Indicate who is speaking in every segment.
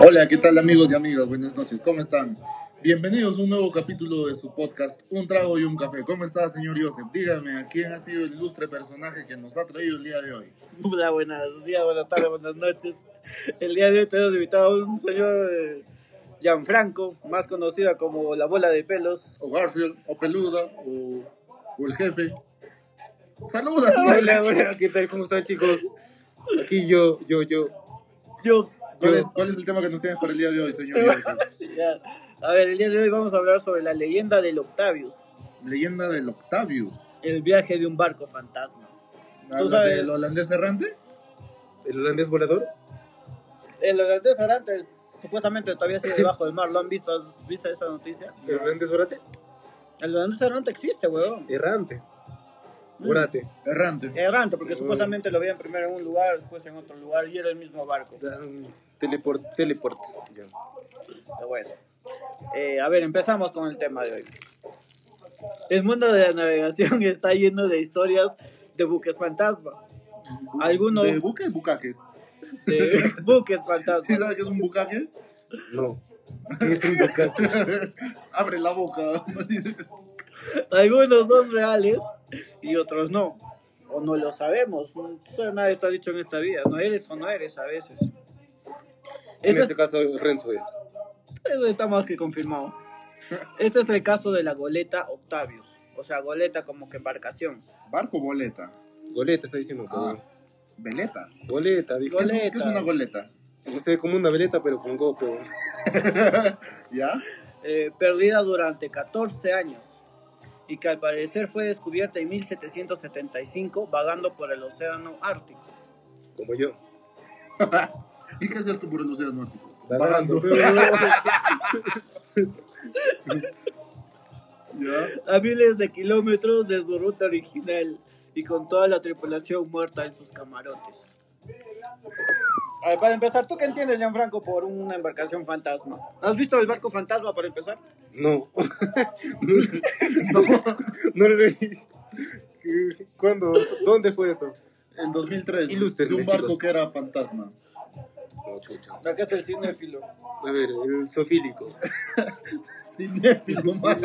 Speaker 1: Hola, ¿qué tal amigos y amigas? Buenas noches, ¿cómo están? Bienvenidos a un nuevo capítulo de su podcast, Un trago y un café. ¿Cómo está, señor Joseph? Dígame, ¿a quién ha sido el ilustre personaje que nos ha traído el día de hoy?
Speaker 2: Hola, buenos días, buenas tardes, buenas noches. El día de hoy tenemos invitado a un señor eh, Gianfranco, más conocida como la bola de pelos.
Speaker 1: ¿O Garfield? ¿O Peluda? ¿O, o el jefe? ¡Saluda!
Speaker 3: Hola, hola, ¿qué tal? ¿Cómo están, chicos? Aquí yo, yo, yo.
Speaker 2: Yo.
Speaker 1: ¿Cuál es, cuál es el tema que nos tienes para el día de hoy, señor Joseph?
Speaker 2: Ya. A ver, el día de hoy vamos a hablar sobre la leyenda del Octavius,
Speaker 1: Leyenda del Octavius.
Speaker 2: el viaje de un barco fantasma.
Speaker 1: ¿Hablas
Speaker 2: sabes-
Speaker 1: del holandés errante?
Speaker 3: ¿El holandés volador?
Speaker 2: En los restaurantes supuestamente todavía sigue debajo del mar, ¿lo han visto? ¿Has visto esa noticia?
Speaker 3: ¿El holandés vorate?
Speaker 2: El restaurante existe, huevón.
Speaker 3: Errante. Vorate.
Speaker 1: Errante.
Speaker 2: Errante, porque
Speaker 3: Mm.
Speaker 2: supuestamente lo veían primero en un lugar, después en otro lugar y era el mismo barco.
Speaker 3: Dan- Teleport, teleport. Ya.
Speaker 2: Pero bueno. Eh, a ver, empezamos con el tema de hoy. El mundo de la navegación está lleno de historias de buques fantasma. Algunos
Speaker 1: ¿De buques? ¿Bucaques?
Speaker 2: de buques
Speaker 1: ¿Sí
Speaker 2: fantasma.
Speaker 1: sabes qué es un bucaque?
Speaker 3: No. Es un bocata.
Speaker 1: Abre la boca.
Speaker 2: Algunos son reales y otros no. O no lo sabemos. Eso nadie está dicho en esta vida. No eres o no eres a veces.
Speaker 3: En
Speaker 2: Esto
Speaker 3: este caso, Renzo es.
Speaker 2: Eso este está más que confirmado. Este es el caso de la goleta Octavius. O sea, goleta como que embarcación.
Speaker 1: Barco boleta.
Speaker 3: Goleta, está diciendo. cabrón.
Speaker 1: Veleta.
Speaker 3: Goleta, dijo.
Speaker 1: ¿Qué es, un-
Speaker 2: Goleta.
Speaker 1: qué es una goleta?
Speaker 3: No sé, como una veleta, pero con GoPro.
Speaker 1: ¿Ya?
Speaker 2: eh, perdida durante 14 años y que al parecer fue descubierta en 1775 vagando por el océano Ártico.
Speaker 3: Como yo.
Speaker 1: ¿Y qué es esto por el océano Ártico?
Speaker 3: Vagando.
Speaker 1: Vagando. ¿Ya?
Speaker 2: A miles de kilómetros de su ruta original y con toda la tripulación muerta en sus camarotes. A ver, para empezar, ¿tú qué entiendes, Gianfranco, por una embarcación fantasma? ¿Has visto el barco fantasma para empezar?
Speaker 3: No. no. No lo leí. ¿Cuándo? ¿Dónde fue eso?
Speaker 1: En 2003,
Speaker 3: Ilústrenme,
Speaker 1: de un barco
Speaker 3: chicos.
Speaker 1: que era fantasma.
Speaker 3: No, chucha.
Speaker 2: Acá está el cinéfilo.
Speaker 3: A ver, el sofílico.
Speaker 1: Cinéfilo, más.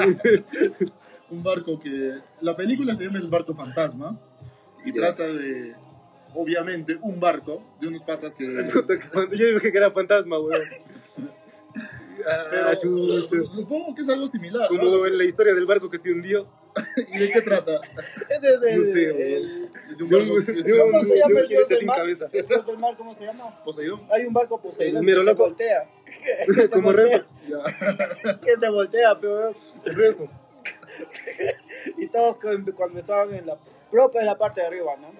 Speaker 1: un barco que... La película se llama El Barco Fantasma y
Speaker 3: Ya.
Speaker 1: trata de, obviamente, un barco de unos patas que...
Speaker 3: Puta, que fan- Yo dije que era fantasma, weón. Ah,
Speaker 1: Pero
Speaker 3: chucha.
Speaker 1: supongo que es algo similar, ¿no?
Speaker 3: Como en la historia del barco que se hundió.
Speaker 1: ¿Y de qué trata?
Speaker 2: Ese es el,
Speaker 3: No sé,
Speaker 2: el-
Speaker 1: De un
Speaker 3: Yo,
Speaker 1: barco que
Speaker 3: yo-
Speaker 1: se llama
Speaker 2: ¿Cómo se llama el
Speaker 3: yo quiero
Speaker 2: dios
Speaker 3: estar
Speaker 2: del
Speaker 3: sin
Speaker 2: mar?
Speaker 3: cabeza.
Speaker 2: El dios del mar, ¿cómo se llama?
Speaker 1: Poseidón.
Speaker 2: Hay un barco Poseidón que
Speaker 3: Eh, Mira,
Speaker 2: se
Speaker 3: loco.
Speaker 2: voltea. Que se
Speaker 3: Como
Speaker 2: voltea,
Speaker 3: Renzo.
Speaker 1: Ya.
Speaker 2: Que se voltea, pero
Speaker 3: Renzo.
Speaker 2: y todos con- cuando estaban en la propia en la parte de arriba, ¿no?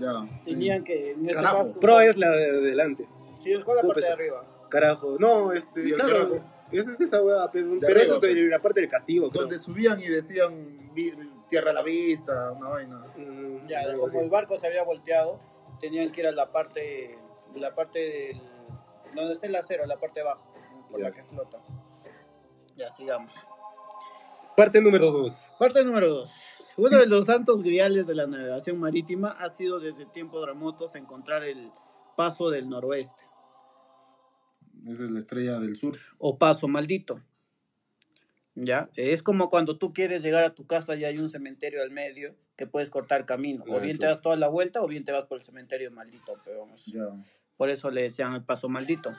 Speaker 1: ya
Speaker 2: Tenían que en este
Speaker 1: Carajo.
Speaker 2: caso
Speaker 3: Pro es la de adelante.
Speaker 2: sí, es con la parte de
Speaker 3: Púpese.
Speaker 2: arriba.
Speaker 3: Carajo. No, este.
Speaker 1: Y el
Speaker 3: Claro.
Speaker 1: carajo.
Speaker 3: Esa es esa weá. Pero,
Speaker 1: De
Speaker 3: pero eso es
Speaker 1: arriba. pues.
Speaker 3: de la parte del castigo. creo.
Speaker 1: Donde subían y decían "Vi- tierra a la vista, una vaina.
Speaker 3: Mm,
Speaker 2: Ya,
Speaker 3: algo
Speaker 2: como
Speaker 3: así.
Speaker 2: el barco se había volteado, tenían que ir a la parte la parte del donde está el acero, la parte de abajo, por la
Speaker 3: Ya.
Speaker 2: que flota. Ya, sigamos.
Speaker 3: Parte número 2.
Speaker 2: Parte número 2. Uno de los santos griales de la navegación marítima ha sido desde tiempos remotos encontrar el paso del noroeste
Speaker 1: Esa es la estrella del sur.
Speaker 2: o paso maldito. ¿Ya? Es como cuando tú quieres llegar a tu casa y hay un cementerio al medio que puedes cortar camino. O
Speaker 3: Ah,
Speaker 2: bien te
Speaker 3: chuta.
Speaker 2: das toda la vuelta o bien te vas por el cementerio maldito, peón.
Speaker 1: Ya.
Speaker 2: Por eso le decían el paso maldito.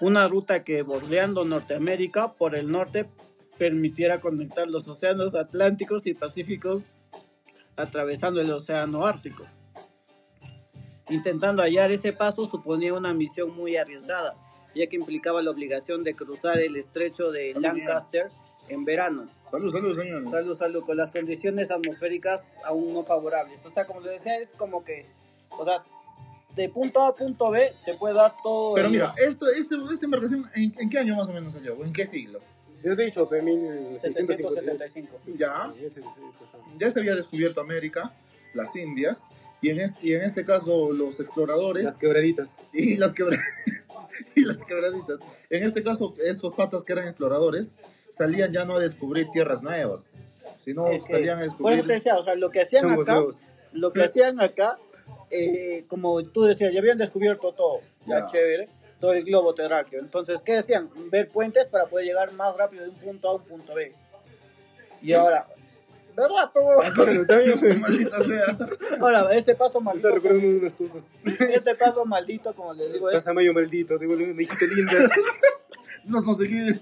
Speaker 2: Una ruta que bordeando Norteamérica por el norte permitiera conectar los océanos Atlánticos y Pacíficos atravesando el océano Ártico. Intentando hallar ese paso suponía una misión muy arriesgada, ya que implicaba la obligación de cruzar el estrecho de
Speaker 1: Salud,
Speaker 2: Lancaster en verano.
Speaker 1: Salud, salud, señor.
Speaker 2: Salud, salud, con las condiciones atmosféricas aún no favorables. O sea, como les decía, es como que, o sea, de punto A a punto B te puede dar todo.
Speaker 1: Pero
Speaker 2: el-
Speaker 1: mira, esto, este, esta embarcación, ¿en, en qué año más o menos salió? ¿O en qué siglo?
Speaker 3: Yo te he dicho, fue 1650.
Speaker 2: 775.
Speaker 1: Ya.
Speaker 3: pues,
Speaker 1: Ya se había descubierto América, las Indias, y en, este, y en este caso los exploradores
Speaker 3: Las quebraditas.
Speaker 1: y las, quebra- y las quebraditas. En este caso, estos patas que eran exploradores salían ya no a descubrir tierras nuevas, sino
Speaker 2: Es que-
Speaker 1: salían a
Speaker 2: Por eso te
Speaker 1: descubrir...
Speaker 2: decía, o sea, lo que hacían
Speaker 3: Chongos
Speaker 2: acá,
Speaker 3: nuevos.
Speaker 2: lo que hacían acá, eh, como tú decías, ya habían descubierto todo, ya
Speaker 1: Ya.
Speaker 2: chévere, todo el globo terráqueo. Entonces, ¿qué decían? Ver puentes para poder llegar más rápido de un punto A a un punto B. Y ahora, ¿verdad, po?
Speaker 3: Pero también me
Speaker 1: Maldita sea.
Speaker 2: Ahora, este paso
Speaker 3: está
Speaker 2: maldito,
Speaker 3: recordando unas cosas.
Speaker 2: este paso maldito, como les digo, es,
Speaker 3: Pasa mayo maldito, te vuelve una hijita linda.
Speaker 1: No, no sé qué.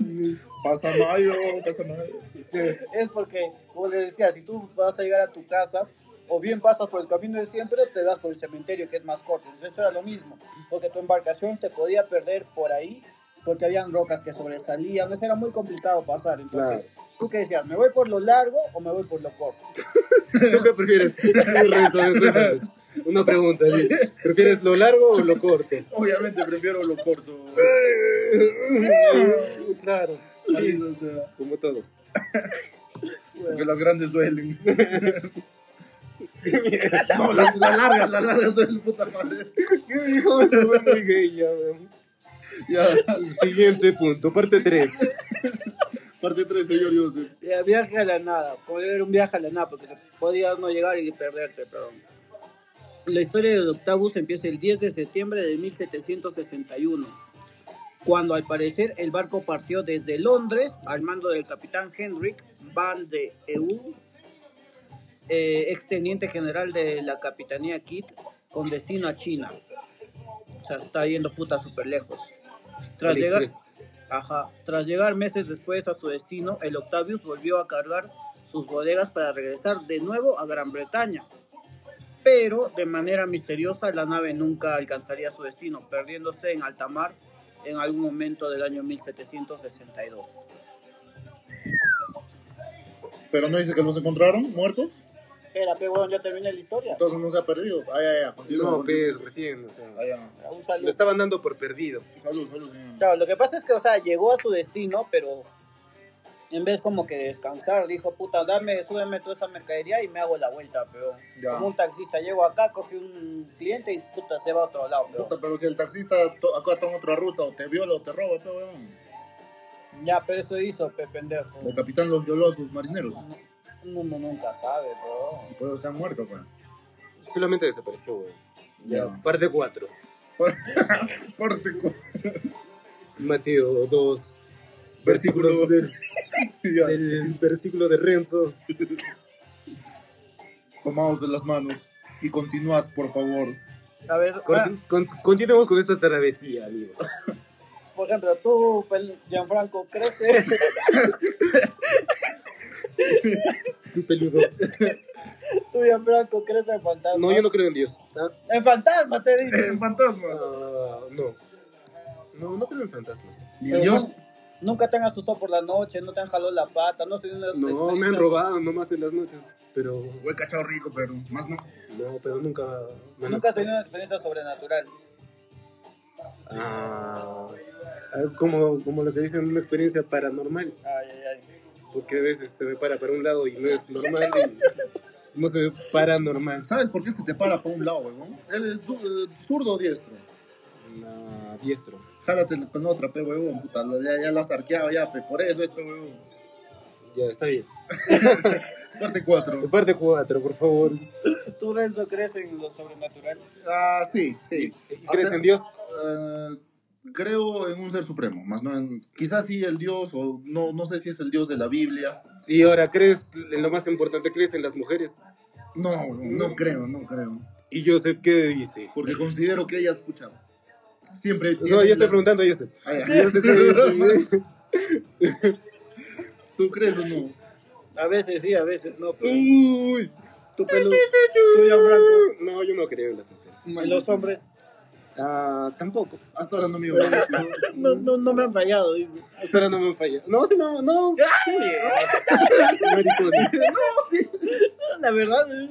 Speaker 1: Pasa mayo, pasa mayo.
Speaker 2: es porque, como les decía, si tú vas a llegar a tu casa, o bien pasas por el camino de siempre, o te vas por el cementerio, que es más corto. Entonces, esto era lo mismo, porque tu embarcación se podía perder por ahí, porque habían rocas que sobresalían, eso era muy complicado pasar. Entonces, ¿tú qué decías? ¿Me voy por lo largo o me voy por lo corto?
Speaker 3: ¿Tú qué prefieres? Rezo, cuéntanos. Una pregunta, sí. ¿prefieres lo largo o lo corto?
Speaker 1: Obviamente prefiero lo corto.
Speaker 3: Claro,
Speaker 1: Así, o sea,
Speaker 3: como todos.
Speaker 1: porque las grandes duelen. no, las las largas, las largas duelen, puta madre.
Speaker 3: ¿Qué dijo? Se fue muy gay ya, weón.
Speaker 1: Ya,
Speaker 3: Siguiente punto, parte 3.
Speaker 1: parte 3, señor Joseph.
Speaker 2: Eh, viaje a la nada, poder era un viaje a la nada, porque te podías no llegar y perderte, pero... La historia del Octavus empieza el 10 de septiembre de 1761, cuando al parecer el barco partió desde Londres al mando del capitán Henrik Van de Eu, eh, exteniente general de la capitanía Kit, con destino a China. O sea, se está yendo puta súper lejos. Tras
Speaker 3: El
Speaker 2: llegar,
Speaker 3: express.
Speaker 2: ajá, tras llegar meses después a su destino, el Octavius volvió a cargar sus bodegas para regresar de nuevo a Gran Bretaña. Pero de manera misteriosa la nave nunca alcanzaría su destino, perdiéndose en alta mar en algún momento del año 1762.
Speaker 1: Pero no dice que los encontraron muertos.
Speaker 2: Espera, pe, weón, ya terminé la historia.
Speaker 1: Entonces no se ha perdido. Ah, ya, ya. continúa,
Speaker 3: No,
Speaker 1: continúa.
Speaker 3: pues, recién, o sea.
Speaker 1: Ah, ya.
Speaker 2: Un
Speaker 3: Lo
Speaker 2: saludo.
Speaker 3: estaban dando por perdido.
Speaker 1: Salud, salud, señor.
Speaker 2: Claro, lo que pasa es que, o sea, llegó a su destino, pero en vez como que descansar, dijo, puta, dame, súbeme toda esa mercadería y me hago la vuelta, pero
Speaker 1: Ya.
Speaker 2: como un taxista, llego acá, cogí un cliente y, puta, se va a otro lado, pero
Speaker 1: Puta, pero si el taxista to- acá toma otra ruta o te viola o te roba, pe, weón.
Speaker 2: ya, pero eso hizo, pe, pendejo.
Speaker 1: El capitán los violó a sus marineros.
Speaker 2: Uno nunca sabe, bro.
Speaker 1: Y por eso están muertos, weón.
Speaker 3: Solamente desapareció, weón.
Speaker 1: pues. Ya.
Speaker 3: Parte 4.
Speaker 1: Corte, cu-
Speaker 3: Mateo 2.
Speaker 1: Versículo.
Speaker 3: Versículos del,
Speaker 1: ya.
Speaker 3: del versículo de Renzo.
Speaker 1: Tomaos de las manos y continuad, por favor.
Speaker 2: A ver, ah,
Speaker 3: Cor-
Speaker 2: ahora,
Speaker 3: con- continuemos con esta travesía, amigo.
Speaker 2: por ejemplo, tú, pel- Gianfranco, creces,
Speaker 3: Tú peludo.
Speaker 2: tú, Gianfranco, creces en fantasmas.
Speaker 3: No, yo no creo en Dios. ¿Ah?
Speaker 2: En fantasmas, te digo.
Speaker 1: fantasma.
Speaker 3: Ah, no. No, no creo en fantasmas.
Speaker 1: Ni
Speaker 2: Pero
Speaker 1: Dios.
Speaker 2: no- nunca te han asustado por la noche, no te han jalado la pata, no has tenido esas
Speaker 3: No, me han
Speaker 2: experiencias-
Speaker 3: robado nomás en las noches. Pero
Speaker 1: Fue cachado rico, pero más no.
Speaker 3: no, pero nunca. me han
Speaker 2: Nunca has
Speaker 3: asustado.
Speaker 2: tenido una experiencia sobrenatural.
Speaker 3: Ah, ah, como, como lo que dicen, una experiencia paranormal.
Speaker 2: Ay, ay, ay.
Speaker 3: Porque a veces se me para para un lado y no es normal. y no se ve paranormal.
Speaker 1: ¿Sabes por qué se te para para un lado, weón? Él es du- eh, zurdo o diestro.
Speaker 3: No, diestro.
Speaker 1: Jálate con otra, pe, weón. Puta, lo- ya, ya las arqueaba, ya, pe. Por eso, esto, weón.
Speaker 3: Ya, está bien.
Speaker 1: Parte 4.
Speaker 3: Parte 4, por favor.
Speaker 2: ¿Tú, Renzo, crees en lo sobrenatural?
Speaker 1: Ah, sí, sí.
Speaker 3: ¿Crees en Dios?
Speaker 1: Eh, creo en un ser supremo, más no en. Quizás sí el Dios, o no, no sé si es el Dios de la Biblia.
Speaker 3: Y ahora, ¿crees en lo más importante? ¿Crees en las mujeres?
Speaker 1: No, no creo, no creo.
Speaker 3: Y Joseph, ¿qué dice?
Speaker 1: Porque considero que ella escucha. Siempre.
Speaker 3: No, yo estoy preguntando a Joseph.
Speaker 1: Ah, ya.
Speaker 3: Joseph, ¿qué dice?
Speaker 1: ¿Tú crees o no?
Speaker 2: A veces sí, a veces no. pero-
Speaker 3: Uy.
Speaker 2: Tu pelo, tú, Gianfranco.
Speaker 3: No, yo no creo en las mujeres.
Speaker 2: Y los hombres
Speaker 3: Ah, tampoco.
Speaker 1: Hasta ahora no me iba a
Speaker 2: no, no, no me han fallado, dice.
Speaker 3: Hasta ahora no me falla. No, sí, no, no. Maricones.
Speaker 2: La verdad, eh. es-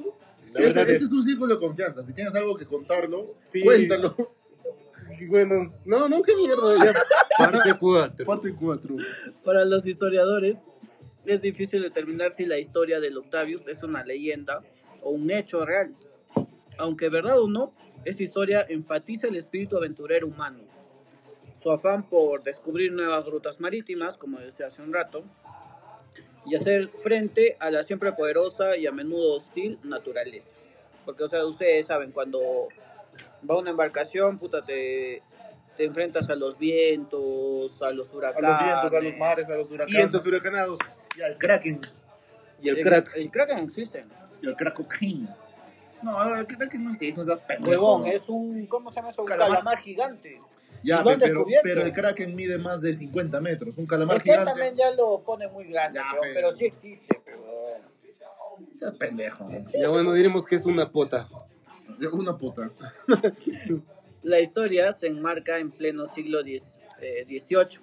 Speaker 3: La
Speaker 1: Este,
Speaker 3: verdad
Speaker 1: este
Speaker 3: es
Speaker 1: es un círculo de confianza. Si tienes algo que contarlo,
Speaker 3: Sí.
Speaker 1: cuéntalo.
Speaker 3: que, bueno, no, no, qué mierda. Ya. Parte 4.
Speaker 1: Parte 4.
Speaker 2: para los historiadores es difícil determinar si la historia del Octavius es una leyenda o un hecho real. Aunque verdad o no, esta historia enfatiza el espíritu aventurero humano. Su afán por descubrir nuevas rutas marítimas, como decía hace un rato, y hacer frente a la siempre poderosa y a menudo hostil naturaleza. Porque, o sea, ustedes saben, cuando va una embarcación, puta, te te enfrentas a los vientos, a los
Speaker 1: A
Speaker 2: huracanes.
Speaker 1: los vientos, a los mares, a los huracanes.
Speaker 3: Vientos huracanados
Speaker 1: Y al Kraken.
Speaker 3: y el crack.
Speaker 2: El, Kraken existe.
Speaker 1: Y al Kraken. No, el Kraken no existe, no es pendejo.
Speaker 2: Huevón, es un. ¿Cómo se llama eso? Un
Speaker 1: Calamar.
Speaker 2: calamar, gigante.
Speaker 1: Ya,
Speaker 2: ¿Y lo han
Speaker 1: pero,
Speaker 2: descubierto?
Speaker 1: pero el Kraken mide más de 50 metros. Un calamar
Speaker 2: Es que él
Speaker 1: gigante.
Speaker 2: también ya lo pone muy grande,
Speaker 1: Ya,
Speaker 2: pero,
Speaker 1: pe.
Speaker 2: pero sí existe. Pero...
Speaker 1: Seas pendejo.
Speaker 3: Ya bueno, diremos que es una pota.
Speaker 1: De Una puta.
Speaker 2: La historia se enmarca en pleno siglo XVIII,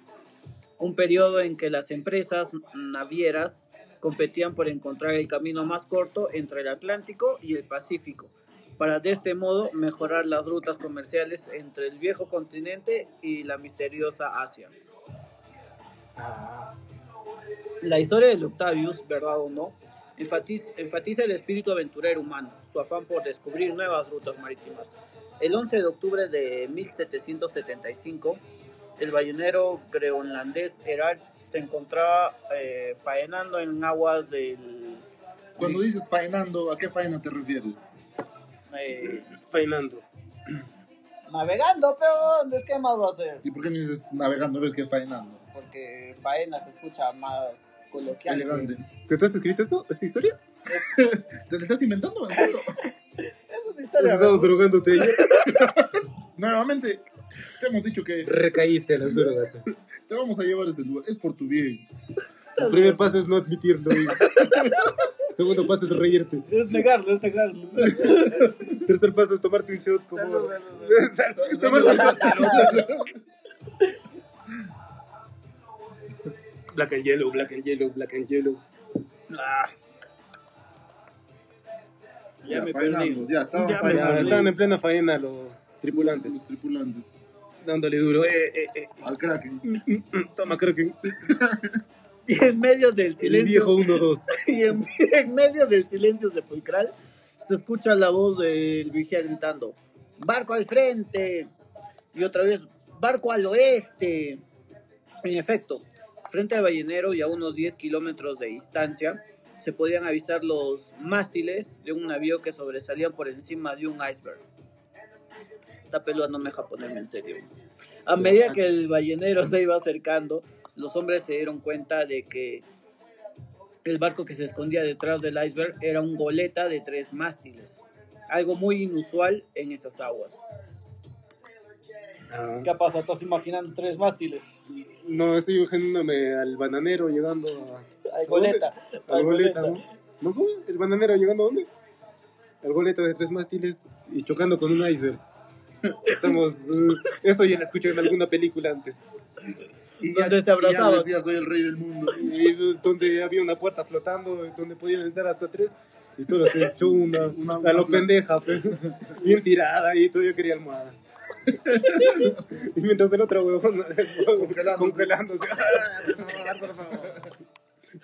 Speaker 2: un periodo en que las empresas navieras competían por encontrar el camino más corto entre el Atlántico y el Pacífico, para de este modo mejorar las rutas comerciales entre el viejo continente y la misteriosa Asia. La historia de Octavius, verdad o no, enfatiz- enfatiza el espíritu aventurero humano, su afán por descubrir nuevas rutas marítimas. El 11 de octubre de 1775, el bayonero groenlandés Herald se encontraba eh, faenando en aguas del...
Speaker 1: Cuando dices faenando, ¿a qué faena te refieres?
Speaker 2: eh,
Speaker 3: Fainando.
Speaker 2: navegando, pero ¿qué más va a ser?
Speaker 1: ¿Y por qué no dices navegando? ¿Ves que faenando?
Speaker 2: Porque faena se escucha más coloquial.
Speaker 1: Elegante.
Speaker 3: ¿Te tú has escrito esto? ¿Esta historia?
Speaker 1: ¿Te lo estás inventando? en serio?
Speaker 2: Es una
Speaker 3: ¿Has
Speaker 2: historia,
Speaker 3: estado drogándote ayer?
Speaker 1: Nuevamente, te hemos dicho que
Speaker 3: Recaíste a las drogas.
Speaker 1: te vamos a llevar a este lugar. Es por tu bien.
Speaker 3: El primer paso es no admitirlo. y- El segundo paso es reírte.
Speaker 2: Es negarlo, es negarlo.
Speaker 3: El tercer paso es tomarte un shot como...
Speaker 2: Salud,
Speaker 3: Tomarte
Speaker 2: salud, salud.
Speaker 3: un shot. Black and yellow, black and yellow, black and yellow.
Speaker 2: Ah. Ya me
Speaker 1: faenando,
Speaker 2: perdí.
Speaker 1: ya, estaban
Speaker 2: Ya me
Speaker 1: faenando.
Speaker 3: Ah,
Speaker 2: perdí.
Speaker 3: Estaban en plena faena los tripulantes,
Speaker 1: Los tripulantes.
Speaker 3: dándole duro. Eh, eh, eh.
Speaker 1: Al Kraken.
Speaker 3: Toma, creo que
Speaker 2: Y en medio del
Speaker 3: el
Speaker 2: silencio,
Speaker 3: viejo 1-2.
Speaker 2: y en, en medio del silencio sepulcral, se escucha la voz del vigía gritando: ¡Barco al frente! Y otra vez: ¡Barco al oeste! En efecto, frente al ballenero y a unos 10 kilómetros de distancia, se podían avistar los mástiles de un navío que sobresalía por encima de un iceberg. Esta pelota no me deja ponerme en serio. A medida que el ballenero se iba acercando, los hombres se dieron cuenta de que el barco que se escondía detrás del iceberg era un goleta de tres mástiles. Algo muy inusual en esas aguas.
Speaker 3: Ah.
Speaker 2: ¿Qué pasa? ¿Estás imaginando tres mástiles?
Speaker 3: No, estoy imaginándome al bananero llegando a...
Speaker 2: Al goleta.
Speaker 3: Al goleta, ¿no? ¿No? ¿Cómo? ¿El bananero llegando a dónde? Al goleta de tres mástiles y chocando con un iceberg. Estamos... eh, eso ya lo escuché en alguna película antes.
Speaker 1: Y
Speaker 2: Donde se abrazaban.
Speaker 1: y ya decía, soy el rey del mundo.
Speaker 3: Y es donde había una puerta flotando, donde podían estar hasta tres. Y solo se echó una,
Speaker 1: Una-
Speaker 3: a lo
Speaker 1: una-
Speaker 3: pendeja, pe. bien tirada y todavía quería almohada. y mientras el otro huevón
Speaker 1: Congelándose.
Speaker 3: congelándose.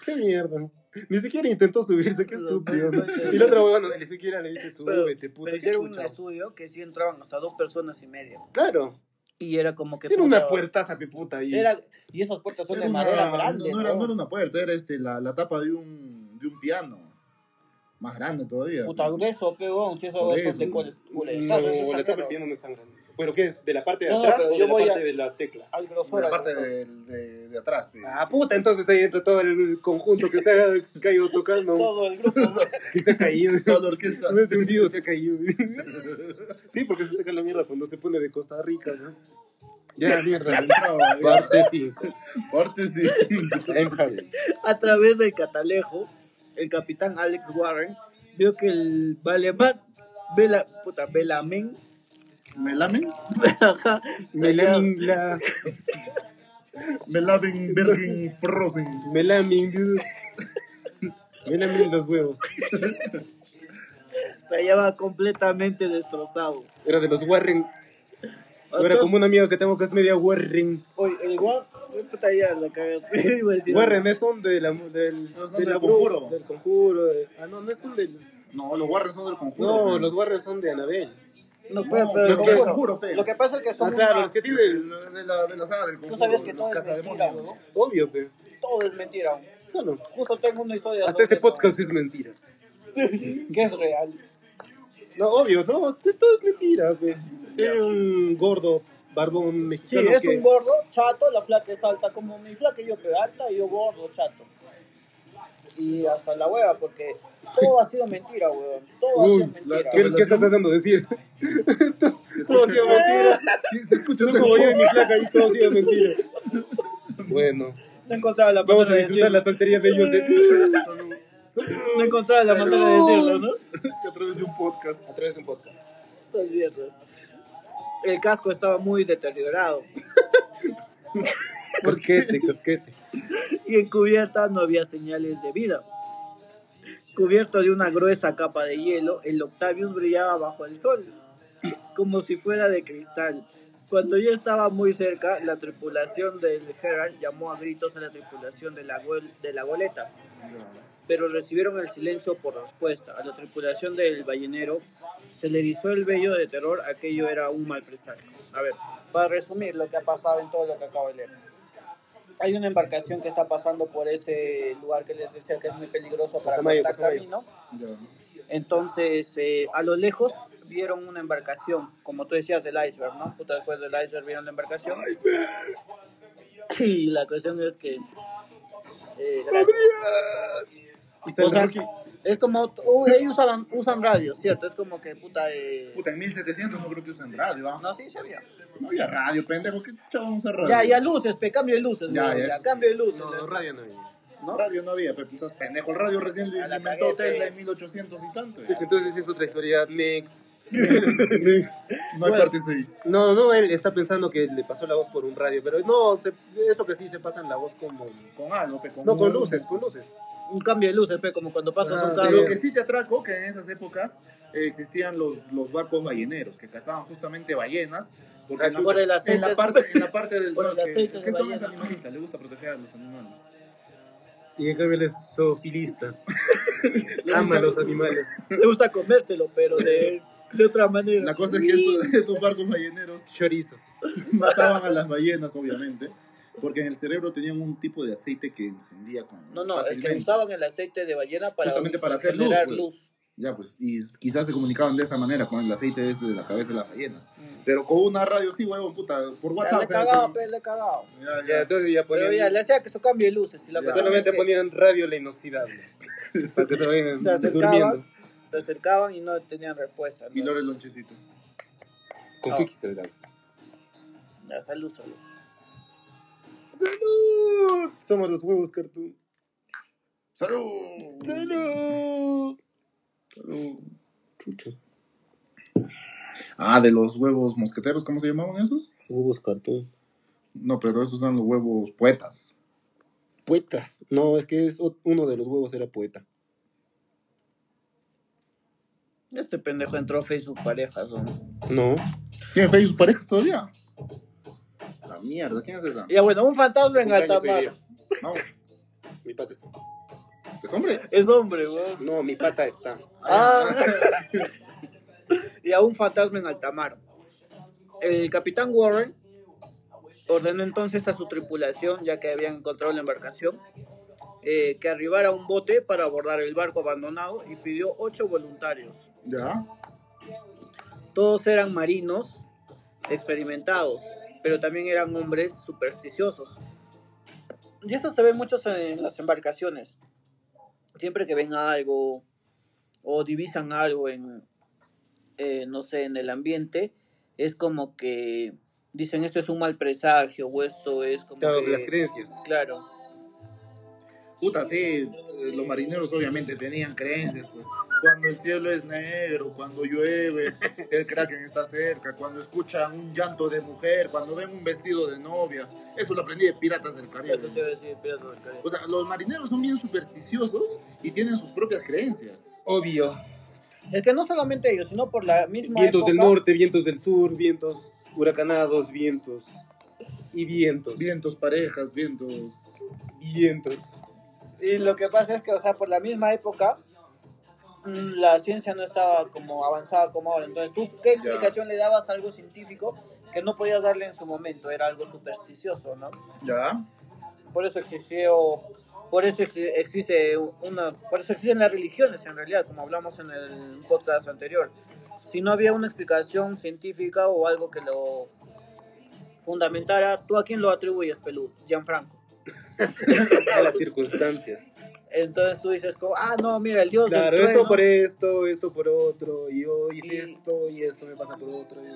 Speaker 3: Qué mierda. Ni siquiera intentó subirse, qué estúpido. ¿no? Y el otro huevón ni siquiera le dice súbete, puta.
Speaker 2: Pero
Speaker 3: qué
Speaker 2: hicieron un
Speaker 3: chucha.
Speaker 2: estudio que sí entraban hasta dos personas y media.
Speaker 3: Claro,
Speaker 2: Y era como que...
Speaker 3: tiene una
Speaker 2: puta,
Speaker 3: puertaza, pe puta. ahí.
Speaker 2: Era, y esas puertas son
Speaker 1: Era
Speaker 2: de
Speaker 1: una-
Speaker 2: madera grande.
Speaker 1: no, no era, no era una puerta, era este, la, la tapa de un, de un piano. Más grande todavía.
Speaker 2: Puta grueso, peón. Si eso,
Speaker 1: Por
Speaker 2: eso es
Speaker 1: eso.
Speaker 2: de cole- culezazo, eso es
Speaker 3: No, la tapa
Speaker 2: sacado.
Speaker 3: del piano no es tan grande. ¿Pero qué? ¿De la parte de
Speaker 2: No,
Speaker 3: atrás
Speaker 2: pero
Speaker 3: o
Speaker 2: yo
Speaker 3: de la
Speaker 2: voy a-
Speaker 3: parte de las teclas?
Speaker 2: Al
Speaker 1: Por
Speaker 2: grosor.
Speaker 1: la
Speaker 2: al
Speaker 1: parte
Speaker 2: grosor.
Speaker 1: del- de, de atrás. pues. pe.
Speaker 3: Ah, puta, entonces ahí entra todo el conjunto que se ha caído tocando.
Speaker 2: Todo el grupo.
Speaker 3: Que se ha caído.
Speaker 1: Toda la orquesta.
Speaker 3: No es hundido, se ha caído. Sí, porque se saca la mierda cuando se pone de Costa Rica, ¿no? Ya la mierda.
Speaker 1: Entraba, pe.
Speaker 3: Parte 5.
Speaker 1: Parte sí.
Speaker 2: A través del catalejo, el capitán Alex Warren vio que el Balemat, Bela, puta, Belamen,
Speaker 1: ¿Me lamen?
Speaker 3: Melamin, la.
Speaker 1: Me laven Bergen Frozen.
Speaker 3: Melamin, dude. Melamin los huevos.
Speaker 2: se hallaba completamente destrozado.
Speaker 3: Era de los Warren. Era como un amigo que tengo que es media Warren.
Speaker 2: Oye, el Warren, puta, ya la cagaste. iba a decir-
Speaker 3: Warren es son de la, del,
Speaker 1: No, son
Speaker 3: de
Speaker 1: del
Speaker 3: la bru-
Speaker 1: conjuro.
Speaker 3: Del conjuro. de- Ah, no, no es son del.
Speaker 1: No, los Warren son del conjuro.
Speaker 3: No,
Speaker 1: pe.
Speaker 3: los Warren son de Anabel.
Speaker 2: No, pero,
Speaker 1: No,
Speaker 2: pero
Speaker 3: los
Speaker 2: lo,
Speaker 3: que-
Speaker 2: juro,
Speaker 1: pe.
Speaker 2: lo que pasa es que son.
Speaker 3: Ah, claro,
Speaker 2: una-
Speaker 3: los que tienen.
Speaker 1: de, de la, de la saga del
Speaker 2: Tú
Speaker 1: conjuro.
Speaker 2: sabes que
Speaker 1: los
Speaker 2: todo es mentira,
Speaker 1: cazademonios.
Speaker 2: weón.
Speaker 3: Obvio, pero.
Speaker 2: Todo es mentira.
Speaker 3: Claro.
Speaker 2: Justo tengo una historia.
Speaker 3: Hasta este
Speaker 2: sobre eso,
Speaker 3: podcast es mentira.
Speaker 2: Que es real.
Speaker 3: No, obvio, no, esto es mentira, pues. Soy un gordo barbón
Speaker 2: Sí,
Speaker 3: mexicano
Speaker 2: es
Speaker 3: que...
Speaker 2: un gordo chato, la flaca es alta como mi flaca, yo pero alta y yo gordo chato. Y hasta la hueva, porque todo ha sido mentira, huevón. Todo ha sido
Speaker 3: Uy,
Speaker 2: mentira.
Speaker 3: ¿qué, ¿Qué estás tratando de decir? todo ha sido mentira.
Speaker 1: Sí, se escucha
Speaker 3: Yo
Speaker 1: ese
Speaker 3: como yo y
Speaker 1: podcast.
Speaker 3: mi flaca y todo ha sido mentira. Bueno,
Speaker 2: No encontraba la
Speaker 3: vamos a
Speaker 2: manera de
Speaker 3: disfrutar las
Speaker 2: decirlo.
Speaker 3: tonterías de ellos. de-
Speaker 1: Salud.
Speaker 2: No encontraba la manera de decirlo, ¿no?
Speaker 1: Que a través de un podcast.
Speaker 3: A través de un podcast.
Speaker 2: Estas mierdas. El casco estaba muy deteriorado.
Speaker 3: Casquete, casquete.
Speaker 2: y en cubierta no había señales de vida. Cubierto de una gruesa capa de hielo, el Octavius brillaba bajo el sol, como si fuera de cristal. Cuando ya estaba muy cerca, la tripulación del Herald llamó a gritos a la tripulación de la, gol- de la goleta, pero recibieron el silencio por respuesta. A la tripulación del ballenero se le erizó el vello de terror, aquello era un mal presagio. A ver, para resumir lo que ha pasado en todo lo que acabo de leer hay una embarcación que está pasando por ese lugar que les decía que es muy peligroso para
Speaker 3: Pasamayo,
Speaker 2: cortar
Speaker 3: Pasamayo.
Speaker 2: camino.
Speaker 1: Ya.
Speaker 2: Entonces, eh, a lo lejos vieron una embarcación, como tú decías, del iceberg, ¿no? Justo después del iceberg vieron la embarcación. Y la cuestión es que... eh,
Speaker 3: Y
Speaker 2: o sea,
Speaker 3: Sandra Rocky,
Speaker 2: es como... uh, ellos usan, usan radio, ¿cierto? Es como que puta... eh,
Speaker 1: Puta, en 1700 no creo que usen radio, ¿ah?
Speaker 2: No, sí, se veía.
Speaker 1: No había radio, pendejo. ¿Qué chavos usa radio?
Speaker 2: Ya, ya luces, pe, cambio de luces.
Speaker 1: Ya,
Speaker 2: ¿no?
Speaker 1: ya.
Speaker 2: cambio de luces.
Speaker 3: No, radio no había.
Speaker 1: No, radio no había, pero pues, estás pendejo. El radio recién lo
Speaker 2: A la eh.
Speaker 1: inventó
Speaker 2: cagué,
Speaker 1: Tesla
Speaker 2: pe.
Speaker 1: en 1800 y tanto. ya.
Speaker 3: Entonces es otra historia, Nick.
Speaker 1: No hay
Speaker 2: Bueno.
Speaker 1: parte 6.
Speaker 3: No, no, él está pensando que le pasó la voz por un radio, pero no, se, eso que sí se pasan la voz como...
Speaker 1: Con algo, pe, con
Speaker 3: No, con
Speaker 1: un-
Speaker 3: luces, con luces.
Speaker 2: Un cambio de luces, pe, como cuando pasas
Speaker 3: Ah,
Speaker 2: un
Speaker 1: Lo
Speaker 2: carro.
Speaker 1: que sí te atraco, que en esas épocas eh, existían los, los barcos balleneros, que cazaban justamente ballenas. Porque
Speaker 3: Ah,
Speaker 1: chucha,
Speaker 2: por el
Speaker 1: en, la
Speaker 2: aceite.
Speaker 1: parte, en la parte del...
Speaker 2: Por
Speaker 1: no,
Speaker 2: el
Speaker 1: es que,
Speaker 2: aceite
Speaker 1: es
Speaker 2: de
Speaker 1: que son
Speaker 2: ballena.
Speaker 1: los animalistas, les gusta proteger a los animales.
Speaker 3: Y en cambio él es zoofilista.
Speaker 1: Le
Speaker 3: Ama
Speaker 1: gusta-
Speaker 3: a los animales.
Speaker 2: Le gusta comérselo, pero de, de otra manera.
Speaker 1: La cosa es que estos, estos barcos balleneros
Speaker 3: Chorizo.
Speaker 1: mataban a las ballenas, obviamente, porque en el cerebro tenían un tipo de aceite que encendía con
Speaker 2: No, no, es
Speaker 1: fácilmente.
Speaker 2: que usaban el aceite de ballena para,
Speaker 1: Justamente para hacer luz,
Speaker 2: generar
Speaker 1: pues. Ya, pues, y quizás se comunicaban de esa manera, con el aceite ese de la cabeza de las ballenas.
Speaker 2: Mm.
Speaker 1: Pero con una radio, sí, huevón, puta, por
Speaker 2: Ya
Speaker 1: WhatsApp.
Speaker 2: le
Speaker 1: se hace-
Speaker 2: cagaba, pues, le cagaba.
Speaker 1: Ya, ya.
Speaker 3: Ya, entonces ya
Speaker 2: Pero ya,
Speaker 3: ponían...
Speaker 2: le hacía que su cambio de luces. Y la
Speaker 1: Ya.
Speaker 2: cuestión es
Speaker 3: Solamente
Speaker 2: que
Speaker 3: ponían radio la inoxidable. Para que se vayan
Speaker 2: Se acercaba.
Speaker 3: durmiendo.
Speaker 2: se acercaban y no tenían respuesta.
Speaker 1: Y
Speaker 2: ¿no?
Speaker 1: Lore Lonchecito.
Speaker 3: ¿Con qué quise el agua?
Speaker 2: Ya, salud, salud.
Speaker 3: ¡Salud! Somos los huevos cartoon.
Speaker 1: ¡Salud!
Speaker 3: ¡Salud!
Speaker 1: ¡Salud!
Speaker 3: Chucho.
Speaker 1: Ah, de los huevos mosqueteros, ¿cómo se llamaban esos?
Speaker 3: Huevos cartoon.
Speaker 1: No, pero esos eran los huevos poetas.
Speaker 3: Poetas. No, es que es ot- uno de los huevos era poeta.
Speaker 2: Este pendejo entró a Facebook parejas, ¿no?
Speaker 3: No.
Speaker 1: ¿Tiene Facebook parejas todavía? La mierda, ¿quién es esa?
Speaker 2: Ya, bueno, un fantasma en
Speaker 3: Cumpleaños hoy
Speaker 2: Altamar.
Speaker 3: día.
Speaker 1: Vamos,
Speaker 3: Mi pata está.
Speaker 1: ¿te hombre?
Speaker 2: Es hombre, weón.
Speaker 3: No, mi pata está.
Speaker 2: Ah. y a un fantasma en Altamar. El capitán Warren ordenó entonces a su tripulación, ya que habían encontrado la embarcación, eh, que arribara a un bote para abordar el barco abandonado y pidió ocho voluntarios.
Speaker 1: Ya.
Speaker 2: Todos eran marinos experimentados, pero también eran hombres supersticiosos. Y esto se ve mucho en las embarcaciones. Siempre que ven algo o divisan algo en, eh, no sé, en el ambiente, es como que dicen esto es un mal presagio o esto es como
Speaker 3: Claro,
Speaker 2: que-
Speaker 3: las creencias.
Speaker 2: Claro.
Speaker 1: Puta, sí, eh, los marineros obviamente tenían creencias, pues. Cuando el cielo es negro, cuando llueve, el kraken está cerca, cuando escuchan un llanto de mujer, cuando ven un vestido de novia. Eso lo aprendí de Piratas del
Speaker 2: Eso te
Speaker 1: Caribe.
Speaker 2: iba a decir, Piratas del Caribe.
Speaker 1: O sea, los marineros son bien supersticiosos y tienen sus propias creencias.
Speaker 3: Obvio.
Speaker 2: Es que no solamente ellos, sino por la misma
Speaker 3: Vientos del
Speaker 2: época-
Speaker 3: norte, vientos del sur, vientos huracanados, vientos. Y vientos.
Speaker 1: Vientos, parejas, vientos.
Speaker 3: Vientos.
Speaker 2: Y lo que pasa es que, o sea, por la misma época, mm, la ciencia no estaba como avanzada como ahora. Entonces, ¿tú qué explicación le dabas a algo científico que no podías darle en su momento? Era algo supersticioso, ¿no?
Speaker 1: Ya.
Speaker 2: Por eso existió, por eso exi- existe una, por eso existen las religiones en realidad, como hablamos en el podcast anterior. Si no había una explicación científica o algo que lo fundamentara, ¿tú a quién lo atribuyes, Pelú? Gianfranco.
Speaker 3: a las circunstancias.
Speaker 2: Entonces tú dices, como, ah, no, mira, el dios del
Speaker 3: Claro, esto
Speaker 2: trueno.
Speaker 3: por esto, esto por otro, y yo hice
Speaker 2: Y-
Speaker 3: esto, y esto me pasa por otro. y-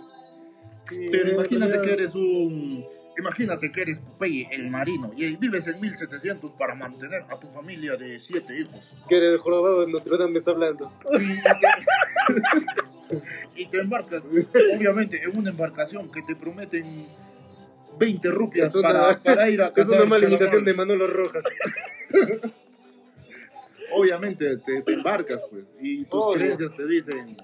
Speaker 3: Sí,
Speaker 1: Pero
Speaker 3: no,
Speaker 1: imagínate
Speaker 3: no,
Speaker 1: que eres un. Imagínate que eres Popeye el marino y vives en 1700 para mantener a tu familia de siete hijos.
Speaker 3: que eres el jorobado de Notre Dame, me está hablando.
Speaker 1: Y te embarcas, obviamente, en una embarcación que te prometen 20 rupias
Speaker 3: Es una-
Speaker 1: para, para ir a
Speaker 3: Es una
Speaker 1: cazar
Speaker 3: mala
Speaker 1: calamares.
Speaker 3: imitación de Manolo Rojas.
Speaker 1: Obviamente, te, te embarcas, pues, y tus
Speaker 3: Obvio.
Speaker 1: creencias te dicen,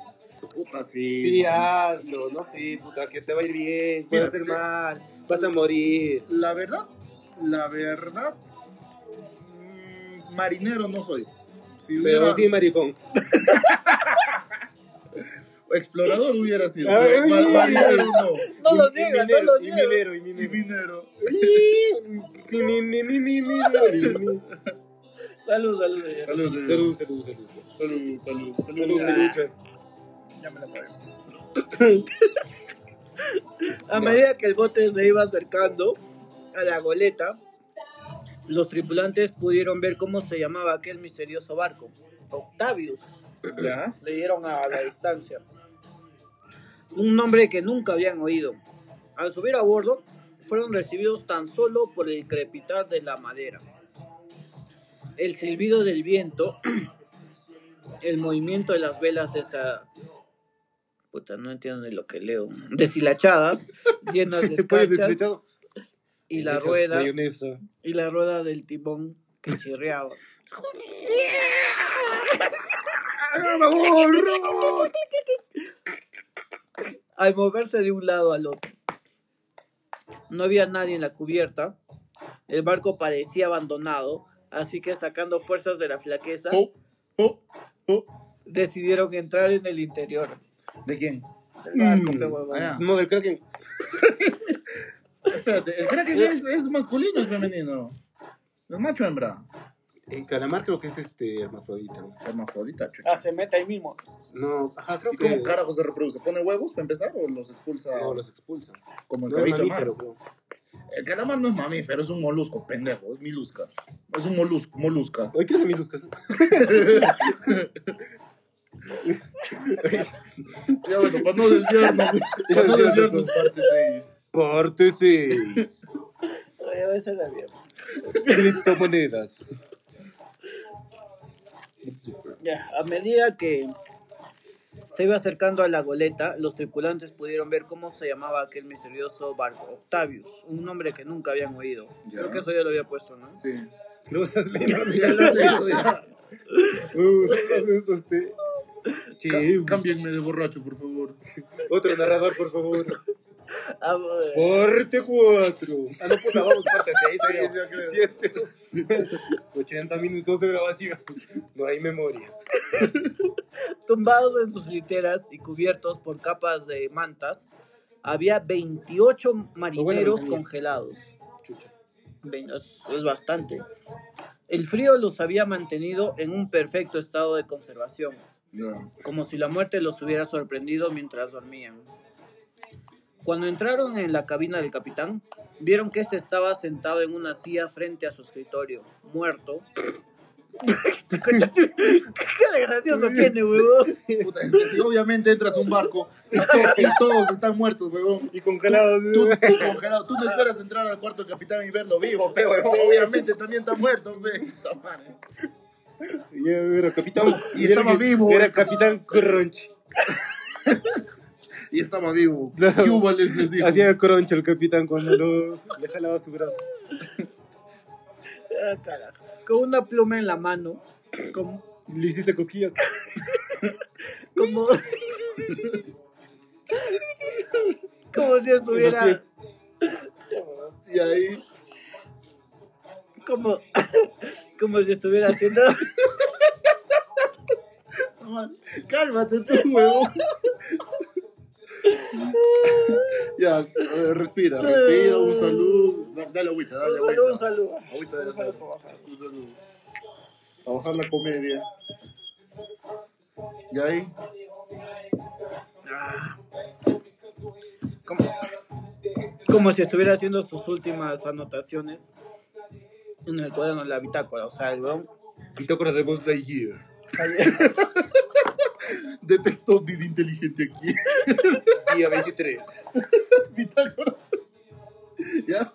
Speaker 1: puta, sí.
Speaker 3: Sí, hazlo, no sé, puta, que te va a ir bien, puedes
Speaker 1: Mira,
Speaker 3: hacer
Speaker 1: sí.
Speaker 3: mal, vas a morir.
Speaker 1: La verdad, la verdad, mm, marinero no soy. Si hubiera
Speaker 3: Pero sí, maricón.
Speaker 1: explorador hubiera sido,
Speaker 3: Ay,
Speaker 1: pero ma-
Speaker 3: ay,
Speaker 1: marinero no.
Speaker 2: No
Speaker 3: Y-
Speaker 2: lo
Speaker 3: y
Speaker 2: digas,
Speaker 3: minero,
Speaker 2: no lo
Speaker 3: Y
Speaker 2: digas.
Speaker 3: minero, y
Speaker 1: Y
Speaker 3: minero.
Speaker 1: minero.
Speaker 3: Ni, ni, ni, ni, ni, ni, ni, ni.
Speaker 2: Salud, salud. ya.
Speaker 1: Salud, salud,
Speaker 3: Salud, salud, salud.
Speaker 1: salud, salud,
Speaker 3: Salud,
Speaker 1: salud.
Speaker 3: salud, salud.
Speaker 2: Ya me la pagué. A medida que el bote se iba acercando a la goleta, los tripulantes pudieron ver cómo se llamaba aquel misterioso barco. Octavius,
Speaker 3: ¿Ah?
Speaker 1: ¿Ya?
Speaker 2: le dieron a la distancia. Un nombre que nunca habían oído. Al subir a bordo, fueron recibidos tan solo por el crepitar de la madera, el silbido del viento, el movimiento de las velas de esa... Puta, no entiendo ni lo que leo. Deshilachadas, llenas de
Speaker 3: Te puedes
Speaker 2: escarchas
Speaker 3: despechado.
Speaker 2: y la
Speaker 3: Muchas
Speaker 2: rueda
Speaker 3: mayonesa.
Speaker 2: y la rueda del timón que chirriaba. Al moverse de un lado al otro. No había nadie en la cubierta. El barco parecía abandonado, así que sacando fuerzas de la flaqueza,
Speaker 1: Po, po, po.
Speaker 2: decidieron entrar en el interior.
Speaker 1: ¿De quién?
Speaker 2: del barco,
Speaker 3: Mm,
Speaker 2: pe huevón.
Speaker 1: allá.
Speaker 3: No, del Kraken.
Speaker 1: Espérate, ¿el Kraken es, es masculino o es femenino? ¿Es macho o hembra?
Speaker 3: En Calamar creo que es este hermafrodita. ¿no?
Speaker 1: Hermafrodita, chucha.
Speaker 2: Ah, se mete ahí mismo.
Speaker 3: No, ajá, creo
Speaker 1: ¿Y cómo
Speaker 3: que
Speaker 1: carajo se reproduce? ¿Pone huevos para empezar o los expulsa
Speaker 3: no, los expulsan.
Speaker 1: como el
Speaker 3: No es
Speaker 1: cabito de mar?
Speaker 3: mamífero, creo.
Speaker 1: El calamar no es mamífero, es un molusco, pendejo, es milusca. Es un molusco, molusca.
Speaker 3: Oye, ¿qué es Miluscas?
Speaker 1: Ya bueno, para no desviarnos, para no desviarnos, parte 6.
Speaker 3: Parte 6.
Speaker 2: Ay, a veces la mierda.
Speaker 3: Criptomonedas.
Speaker 2: Ya, a medida que se iba acercando a la goleta, los tripulantes pudieron ver cómo se llamaba aquel misterioso barco, Octavius, un nombre que nunca habían oído.
Speaker 1: Ya.
Speaker 2: Creo que eso ya lo había puesto, ¿no?
Speaker 1: Sí.
Speaker 3: No seas lindo.
Speaker 1: Ya lo he leído, ya.
Speaker 3: Uh, ¿qué es usted? Che, pues.
Speaker 1: Ca- Cámbienme de borracho, por favor.
Speaker 3: otro narrador, por favor.
Speaker 2: Ah, bueno.
Speaker 3: Parte 4. Ah, no, puta, vamos, parte 6.
Speaker 1: Sí, ya creo.
Speaker 3: 7. 80 minutos de grabación. No hay memoria.
Speaker 2: Tumbados en sus literas y cubiertos por capas de mantas, había 28 marineros
Speaker 3: ventanilla.
Speaker 2: congelados.
Speaker 3: Chucha.
Speaker 2: Ve- es- Es bastante. El frío los había mantenido en un perfecto estado de conservación.
Speaker 1: Ya.
Speaker 2: como si la muerte los hubiera sorprendido mientras dormían. Cuando entraron en la cabina del capitán, vieron que éste estaba sentado en una silla frente a su escritorio, muerto. ¡Qué gracioso tiene, huevón!
Speaker 1: Puta, es que si obviamente entras a un barco y, to- y todos están muertos, huevón.
Speaker 3: Y congelados.
Speaker 1: Tú, tú congelado, tú no esperas entrar al cuarto del capitán y verlo vivo, pero obviamente también está muerto, pe. Puta madre.
Speaker 3: Y era capitán.
Speaker 1: Y estaba
Speaker 3: era-
Speaker 1: vivo.
Speaker 3: Era capitán Crunch.
Speaker 1: Y estaba vivo.
Speaker 3: Claro.
Speaker 1: ¿Qué hubo les, les dijo?
Speaker 3: Hacía crunch el capitán cuando lo, le jalaba su brazo.
Speaker 2: Ah, carajo. Con una pluma en la mano, como,
Speaker 3: Le hiciste cosquillas.
Speaker 2: como, como si estuviera,
Speaker 1: Y ahí,
Speaker 2: como, como si estuviera haciendo...
Speaker 1: cálmate tú, huevón. ya, a ver, respira, respira, un saludo. Da- Dale agüita, dale
Speaker 2: Un saludo, un
Speaker 1: agüita. Agüita
Speaker 2: saludo.
Speaker 1: de la sal. Un saludo. A bajar la comedia. Y ahí,
Speaker 2: Como- como si estuviera haciendo sus últimas anotaciones en el cuaderno de la bitácora. O sea, el weón
Speaker 3: Bitácora de voz de Year.
Speaker 1: Detectó vida inteligente aquí.
Speaker 3: Día 23.
Speaker 1: Bitácora. ¿Ya?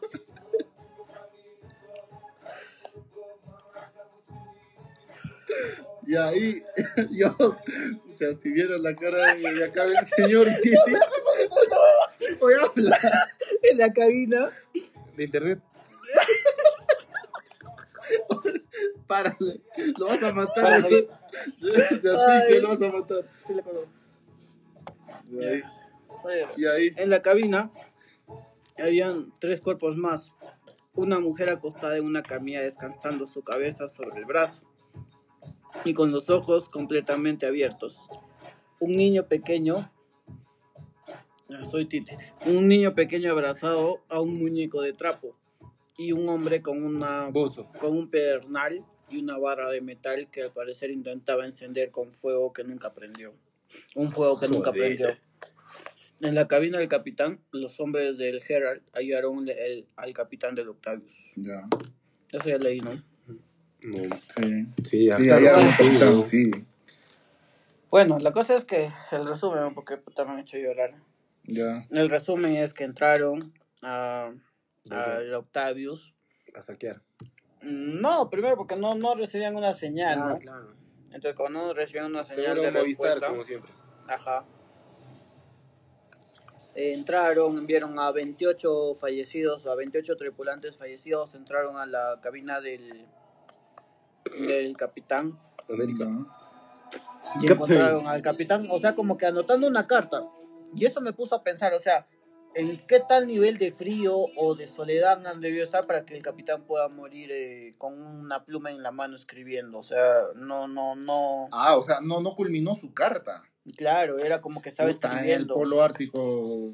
Speaker 1: Y ahí, yo, o sea, si vieras la cara de, de acá del señor Titi, voy a hablar.
Speaker 2: en la cabina.
Speaker 3: De internet.
Speaker 1: Párale, lo vas a matar.
Speaker 2: Párale.
Speaker 1: De- de asfixia,
Speaker 2: Ay.
Speaker 1: lo vas a matar. Y ahí, y ahí,
Speaker 2: En la cabina habían tres cuerpos más. Una mujer acostada en una camilla descansando su cabeza sobre el brazo y con los ojos completamente abiertos. Un niño pequeño, ah, soy Tite, un niño pequeño abrazado a un muñeco de trapo y un hombre con una
Speaker 3: Bozo.
Speaker 2: con un pedernal y una barra de metal que al parecer intentaba encender con fuego que nunca prendió. Un fuego que nunca
Speaker 3: Joder.
Speaker 2: prendió. En la cabina del capitán, los hombres del Herald hallaron el- al capitán del Octavius.
Speaker 1: ya,
Speaker 2: Eso ya leí, ¿no?
Speaker 3: No.
Speaker 1: sí.
Speaker 3: Sí,
Speaker 1: Sí,
Speaker 3: hasta
Speaker 1: ahí
Speaker 3: luego.
Speaker 1: había un capitán, sí.
Speaker 2: Bueno, la cosa es que el resumen, porque puta me han hecho llorar.
Speaker 1: Ya,
Speaker 2: El resumen es que entraron a- al Octavius.
Speaker 3: A saquear.
Speaker 2: No, primero porque no, no recibían una señal, ¿no?
Speaker 3: Ah, claro.
Speaker 2: Entonces, cuando no recibían una señal
Speaker 3: Primero
Speaker 2: de
Speaker 3: Movistar,
Speaker 2: respuesta...
Speaker 3: como siempre.
Speaker 2: Ajá. Eh, Entraron, vieron a 28 fallecidos, a 28 tripulantes fallecidos, entraron a la cabina del, del capitán
Speaker 3: América.
Speaker 1: ya.
Speaker 2: y
Speaker 3: Capitán.
Speaker 2: encontraron al capitán, o sea, como que anotando una carta. Y eso me puso a pensar, o sea, en qué tal nivel de frío o de soledad han debido estar para que el capitán pueda morir eh, con una pluma en la mano escribiendo, o sea, no, no, no.
Speaker 1: Ah, o sea, no, no culminó su carta.
Speaker 2: Claro, era como que estaba
Speaker 1: Puta, en el
Speaker 2: escribiendo.
Speaker 1: polo ártico.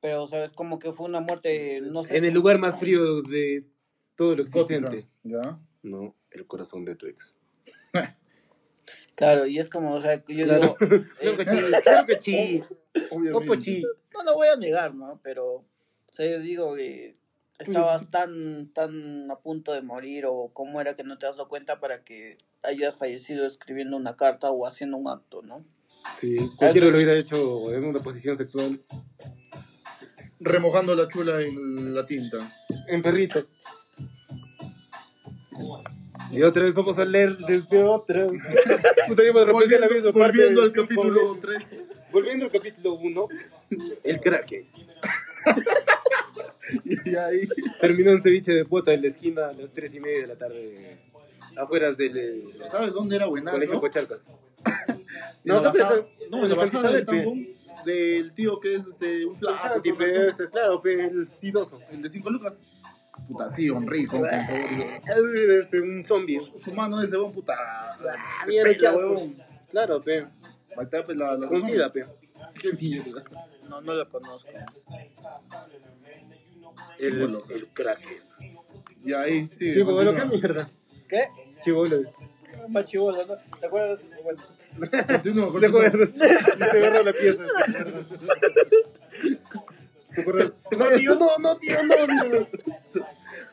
Speaker 2: Pero, o sea, es como que fue una muerte, no sé.
Speaker 3: En el lugar más frío de todo lo existente.
Speaker 1: Ya.
Speaker 3: No, el corazón de tu ex.
Speaker 2: Claro, y es como, o sea, que yo
Speaker 3: Claro.
Speaker 2: digo,
Speaker 3: Claro que
Speaker 2: eh,
Speaker 3: sí, claro que sí.
Speaker 1: Obviamente.
Speaker 3: Poco sí.
Speaker 2: no lo voy a negar, ¿no? Pero, o sea, yo digo que estabas tan, tan a punto de morir o cómo era que no te has dado cuenta para que hayas fallecido escribiendo una carta o haciendo un acto, ¿no?
Speaker 3: Sí, cualquiera lo hubiera hecho en una posición sexual.
Speaker 1: Remojando la chula en la tinta.
Speaker 3: En perrito. Y otra vez vamos a leer desde otra. Puta, yo me arrepentí de la misma
Speaker 1: Volviendo,
Speaker 3: parte
Speaker 1: volviendo al
Speaker 3: cinco
Speaker 1: capítulo
Speaker 3: veces.
Speaker 1: 13.
Speaker 3: Volviendo al capítulo 1, el Kraken.
Speaker 1: Y ahí.
Speaker 3: Terminó en ceviche de puta en la esquina a las 3 y media de la tarde. Afueras del eh,
Speaker 1: ¿Sabes dónde era buenazo?
Speaker 3: colegio Cochalcas.
Speaker 1: No,
Speaker 3: No,
Speaker 1: la
Speaker 3: también
Speaker 1: bajada,
Speaker 3: está-
Speaker 1: no, en la
Speaker 3: está el
Speaker 1: bajada del
Speaker 3: del pe.
Speaker 1: tambón del tío que es este, un
Speaker 3: Ah,
Speaker 1: flaco.
Speaker 3: tipo,
Speaker 1: con razón.
Speaker 3: ese, claro, pe, el sidoso.
Speaker 1: El de 5 lucas. Puta, sí, un rico. con todo.
Speaker 3: Es este, un zombie.
Speaker 1: Su- Su mano es de buen puta. se
Speaker 3: mierda, qué
Speaker 1: pela,
Speaker 3: asco.
Speaker 1: huevón.
Speaker 3: Claro, pe.
Speaker 1: Ahí está, pues, la, la
Speaker 3: Con sida, pe.
Speaker 1: Qué mierda.
Speaker 2: No, no lo conozco.
Speaker 3: El, el Kraken.
Speaker 1: Y ahí, sí.
Speaker 3: Chivolo, qué
Speaker 1: continúa.
Speaker 3: mierda.
Speaker 2: ¿Qué?
Speaker 3: Chivolo.
Speaker 2: Más chivoso, ¿no? ¿Te acuerdas? Bueno,
Speaker 1: Continúa,
Speaker 3: ¿Te
Speaker 1: continúa.
Speaker 3: acuerdas? Me se agarró la pieza. ¿Te acuerdas? ¿Te acuerdas?
Speaker 1: No, tío, no, no, tío, no, tío.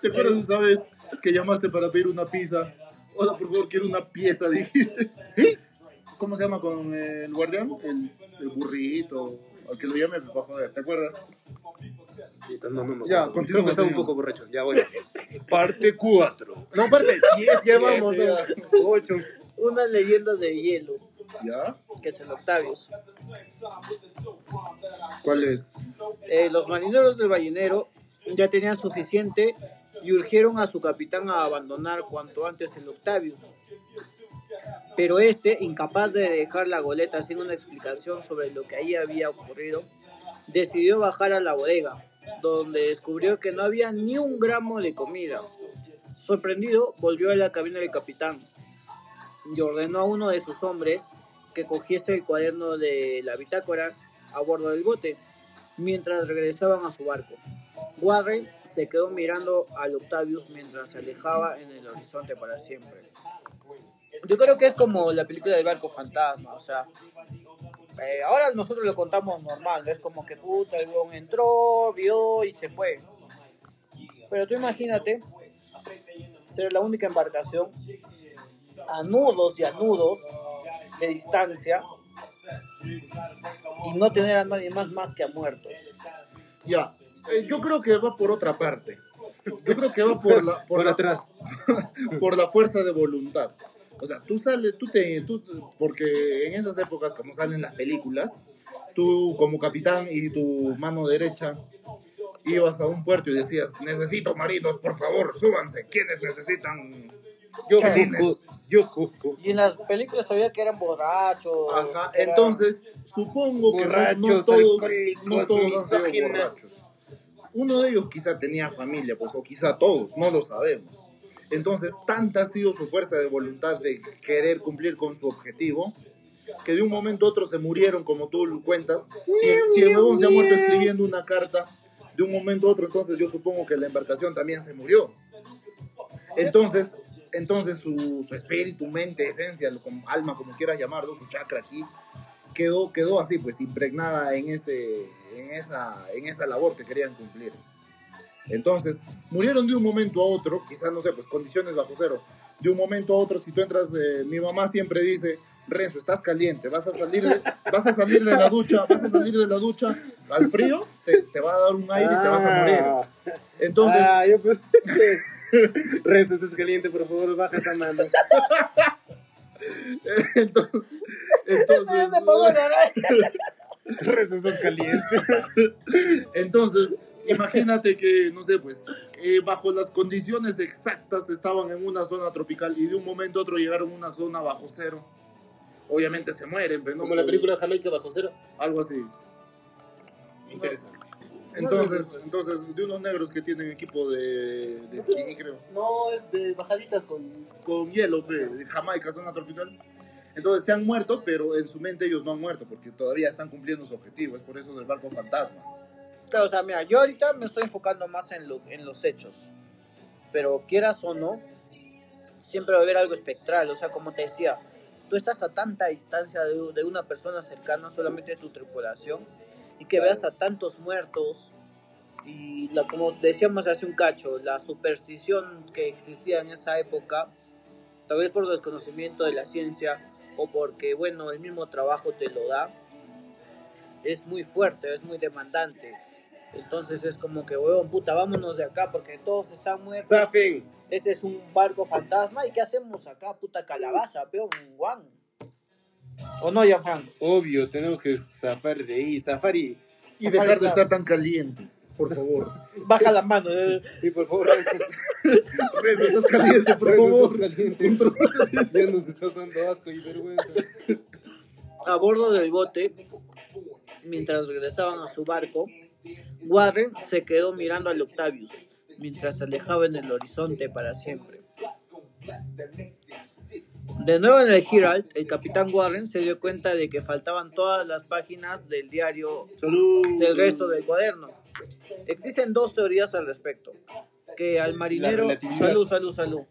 Speaker 1: ¿Te acuerdas esa vez que llamaste para pedir una pizza? Hola, por favor, quiero una pieza, dijiste. ¿Sí? ¿Cómo se llama con el guardián? El, el burrito, al que lo llame, pues, va a joder, ¿te acuerdas?
Speaker 3: No, no, no.
Speaker 1: Ya,
Speaker 3: no.
Speaker 1: continúa,
Speaker 3: Creo que Estaba un
Speaker 1: continúa.
Speaker 3: poco borracho. Ya, bueno. Parte 4. No, parte 10. Ya vamos.
Speaker 1: Siete,
Speaker 3: ¿no? Ocho.
Speaker 2: una leyenda de hielo,
Speaker 1: ¿Ya?
Speaker 2: que es el Octavius.
Speaker 1: ¿Cuál es?
Speaker 2: Eh, los marineros del ballenero ya tenían suficiente y urgieron a su capitán a abandonar cuanto antes el Octavius. Pero este, incapaz de dejar la goleta sin una explicación sobre lo que ahí había ocurrido, decidió bajar a la bodega, donde descubrió que no había ni un gramo de comida. Sorprendido, volvió a la cabina del capitán y ordenó a uno de sus hombres que cogiese el cuaderno de la bitácora a bordo del bote mientras regresaban a su barco. Warren se quedó mirando al Octavius mientras se alejaba en el horizonte para siempre. Yo creo que es como la película del barco fantasma, o sea, eh, ahora nosotros lo contamos normal, es como que puta, el huevón entró, vio y se fue. Pero tú imagínate ser la única embarcación a nudos y a nudos de distancia y no tener a nadie más más que a muertos.
Speaker 1: Ya, eh, yo creo que va por otra parte. Yo creo que va por la,
Speaker 3: Por
Speaker 1: la-
Speaker 3: atrás.
Speaker 1: por la fuerza de voluntad. O sea, tú sales, tú te, tú, porque en esas épocas, como salen las películas, tú como capitán y tu mano derecha ibas a un puerto y decías, necesito maridos, por favor, súbanse, ¿quiénes necesitan?
Speaker 3: Yo
Speaker 1: Chalines.
Speaker 3: cuco, yo cuco.
Speaker 2: Y en las películas sabía que eran borrachos.
Speaker 1: Ajá,
Speaker 2: que eran-
Speaker 1: entonces, supongo que no- no
Speaker 3: Borrachos,
Speaker 1: todos,
Speaker 3: alcohólicos,
Speaker 1: no todos han sido
Speaker 3: misóginos.
Speaker 1: borrachos. Uno de ellos quizá tenía familia, pues, o quizá todos, no lo sabemos. Entonces, tanta ha sido su fuerza de voluntad de querer cumplir con su objetivo, que de un momento a otro se murieron, como tú lo cuentas. Si, si el huevón se ha muerto escribiendo una carta, de un momento a otro, entonces yo supongo que la embarcación también se murió. Entonces, entonces su, su espíritu, mente, esencia, lo- como- alma, como quieras llamarlo, su chakra aquí, quedó, quedó así, pues impregnada en, ese, en, esa, en esa labor que querían cumplir. Entonces, murieron de un momento a otro, quizás no sé, pues condiciones bajo cero. De un momento a otro, si tú entras, eh, mi mamá siempre dice, Renzo, estás caliente, vas a salir de, vas a salir de la ducha, vas a salir de la ducha al frío, te, te va a dar un aire y te vas a morir.
Speaker 3: Ah,
Speaker 1: Entonces,
Speaker 3: ah, yo pues. Rezo, estás caliente, por favor, baja esa mano.
Speaker 1: entonces, entonces,
Speaker 2: Se pagó la raya.
Speaker 3: Rezo, estás caliente.
Speaker 1: Entonces, imagínate que, no sé, pues, eh, bajo las condiciones exactas estaban en una zona tropical y de un momento a otro llegaron a una zona bajo cero. Obviamente se mueren, pero no.
Speaker 4: Como la película Jamaica bajo cero.
Speaker 1: Algo así.
Speaker 4: Interesante.
Speaker 1: Entonces, entonces de unos negros que tienen equipo de, de esquí, creo.
Speaker 4: No, es de bajaditas con.
Speaker 1: Con hielo, pe, de Jamaica, zona tropical. Entonces se han muerto, pero en su mente ellos no han muerto porque todavía están cumpliendo su objetivo. Es por eso del barco fantasma.
Speaker 2: Claro, o sea, mira, yo ahorita me estoy enfocando más en, lo- en los hechos. Pero quieras o no, siempre va a haber algo espectral. O sea, como te decía, tú estás a tanta distancia de, de una persona cercana, solamente de tu tripulación, y que veas a tantos muertos. Y la, como decíamos hace un cacho, la superstición que existía en esa época, tal vez por desconocimiento de la ciencia o porque, bueno, el mismo trabajo te lo da, es muy fuerte, es muy demandante. Entonces es como que, huevón, puta, vámonos de acá porque todos están muertos.
Speaker 3: Zafen.
Speaker 2: Este es un barco fantasma. ¿Y qué hacemos acá, puta calabaza, peón? Un guan. ¿O no, Gianfranco?
Speaker 3: Obvio, tenemos que zafar de ahí. Safari.
Speaker 1: Y dejar de estar tan calientes, por favor.
Speaker 2: Baja la mano. eh.
Speaker 3: Sí, por favor, Rezo.
Speaker 1: Rezo, estás caliente, por
Speaker 3: Rezo,
Speaker 1: favor.
Speaker 3: estás caliente. Ya nos estás dando asco y vergüenza.
Speaker 2: A bordo del bote, mientras regresaban a su barco, Warren se quedó mirando al Octavius, mientras se alejaba en el horizonte para siempre. De nuevo en el Herald, el capitán Warren se dio cuenta de que faltaban todas las páginas del diario
Speaker 1: Salud.
Speaker 2: del resto del cuaderno. Existen dos teorías al respecto. Que al marinero...
Speaker 3: La relatividad.
Speaker 2: Salud, salud, salud.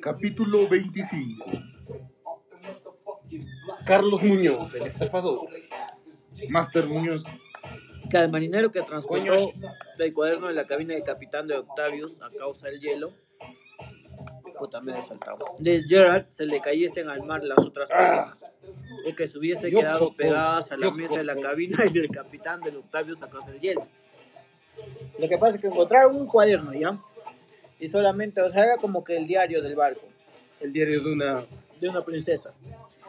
Speaker 1: Capítulo 25.
Speaker 3: Carlos Muñoz, el estafador.
Speaker 1: Master Muñoz.
Speaker 2: Que al marinero que transportó
Speaker 4: Coño.
Speaker 2: del cuaderno de la cabina del capitán de Octavius a causa del hielo... Puta, me he saltado. De Gerard se le cayesen al mar las otras páginas. O que se hubiese
Speaker 3: Yo
Speaker 2: quedado
Speaker 3: coco,
Speaker 2: pegadas a la
Speaker 3: yo
Speaker 2: mesa de la
Speaker 3: coco.
Speaker 2: cabina y del capitán del Octavius a causa del hielo. Lo que pasa es que encontraron un cuaderno ya. Y solamente, o sea, era como que el diario del barco,
Speaker 3: El diario de una
Speaker 2: de una princesa.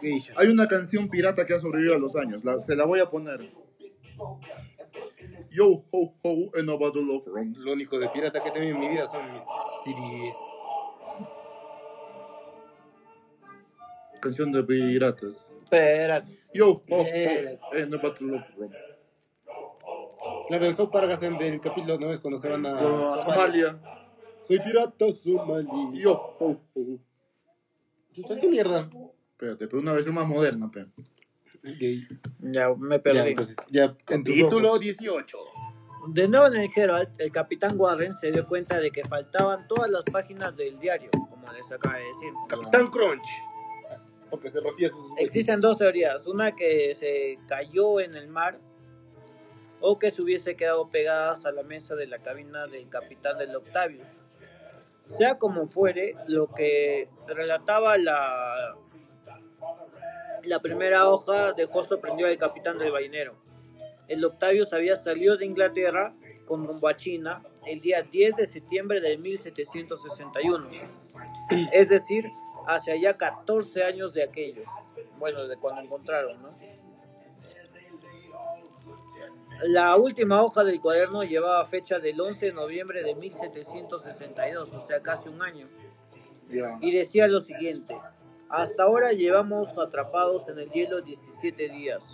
Speaker 3: geisha.
Speaker 1: Hay una canción pirata que ha sobrevivido a los años. La- se la voy a poner. Yo ho ho and a bottle of rum.
Speaker 3: Lo único de pirata que he tenido en mi vida son mis CDs.
Speaker 1: Canción de piratas.
Speaker 2: Espérate.
Speaker 1: Yo ho ho
Speaker 2: Mira.
Speaker 1: and a bottle of rum.
Speaker 3: Claro, el South Park hacen del capítulo 9 cuando se van a
Speaker 1: Ah,
Speaker 3: Somalia.
Speaker 1: Somalia.
Speaker 3: Soy pirata somalí.
Speaker 1: Yo ho ho.
Speaker 3: ¿Tú qué mierda?
Speaker 1: Espérate, pero una versión más moderna, pe.
Speaker 3: Gay.
Speaker 2: Ya me
Speaker 3: Ya,
Speaker 2: perdí.
Speaker 3: entonces, ya.
Speaker 1: Con tus
Speaker 3: Título
Speaker 1: ojos.
Speaker 3: 18.
Speaker 2: De nuevo en el Herald, el capitán Warren se dio cuenta de que faltaban todas las páginas del diario, como les acaba de decir.
Speaker 3: Capitán Crunch. Porque se rompía sus...
Speaker 2: Existen dos teorías, una que se cayó en el mar o que se hubiese quedado pegadas a la mesa de la cabina del capitán del Octavio. Sea como fuere, lo que relataba la, la primera hoja dejó sorprendido al capitán del ballenero. El Octavius había salido de Inglaterra con rumbo a China el día 10 de septiembre de 1761, es decir, hacia ya 14 años de aquello, bueno, de cuando encontraron, ¿no? La última hoja del cuaderno llevaba fecha del 11 de noviembre de 1762, o sea, casi un año
Speaker 1: Ya.
Speaker 2: y decía lo siguiente, hasta ahora llevamos atrapados en el hielo 17 días.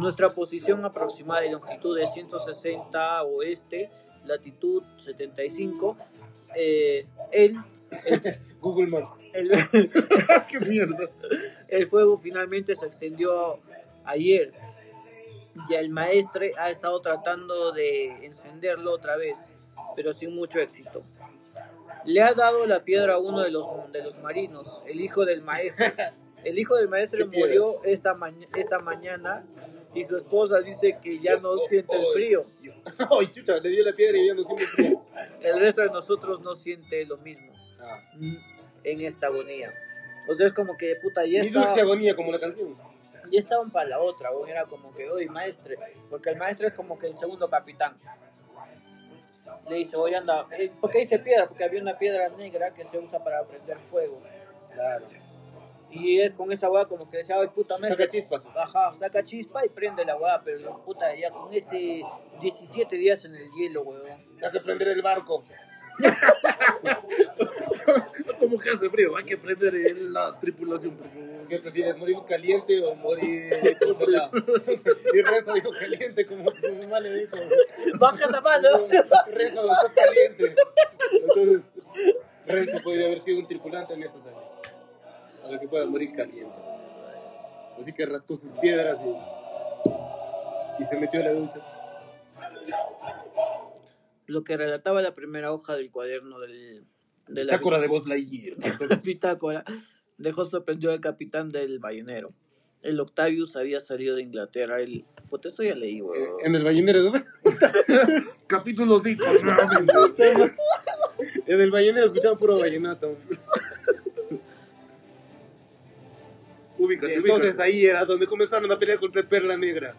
Speaker 2: Nuestra posición aproximada de longitud de 160 oeste, latitud 75, eh, el,
Speaker 3: Google Maps.
Speaker 2: el,
Speaker 1: Ah, ¡Qué mierda!
Speaker 2: el fuego finalmente se extendió ayer y el maestre ha estado tratando de encenderlo otra vez, pero sin mucho éxito. Le ha dado la piedra a uno de los, de los marinos, el hijo del maestro. El hijo del maestro murió esta, maña- esta mañana y su esposa dice que ya no siente el frío.
Speaker 3: ¡Ay, chucha! Le dio la piedra y ya no siente frío.
Speaker 2: El resto de nosotros no siente lo mismo
Speaker 3: Ah.
Speaker 2: en esta agonía. O sea, es como que puta ya
Speaker 3: Y dulce
Speaker 2: está.
Speaker 3: agonía como la canción.
Speaker 2: Y estaban para la otra, güey, Era como que, oye, maestre. Porque el maestro es como que el segundo capitán. Le dice, oye, anda. eh, ¿Por qué dice piedra? Porque había una piedra negra que se usa para prender fuego. Claro. Y es con esa weá como que decía, oye, puta maestro.
Speaker 3: Saca chispas.
Speaker 2: Ajá, saca chispa y prende la weá. Pero la puta, ya con ese 17 días en el hielo, weón.
Speaker 3: Hay que prender el barco.
Speaker 1: ¿Cómo que hace frío? Hay que prender el- la tripulación, por favor.
Speaker 3: ¿Qué prefieres, morir caliente o morir congelado? Y Renzo dijo caliente, como su mamá le dijo.
Speaker 2: Baja la mano.
Speaker 3: Renzo, estás caliente. Entonces, Renzo podría haber sido un tripulante en esos años. Para que pueda morir caliente. Así que rascó sus piedras y, y se metió a la ducha.
Speaker 2: Lo que relataba la primera hoja del cuaderno del. De la
Speaker 3: Cácora de voz Lightyear.
Speaker 2: Pitácora dejó sorprendido al capitán del ballenero. El Octavius había salido de Inglaterra. El... Pues eso ya leí, güey.
Speaker 3: En el ballenero, ¿no?
Speaker 1: Capítulo 5, nuevamente.
Speaker 3: En el ballenero escuchaba puro vallenato.
Speaker 1: Ubícate,
Speaker 3: Entonces
Speaker 1: ubícate.
Speaker 3: ahí era donde comenzaron a pelear contra el Perla Negra.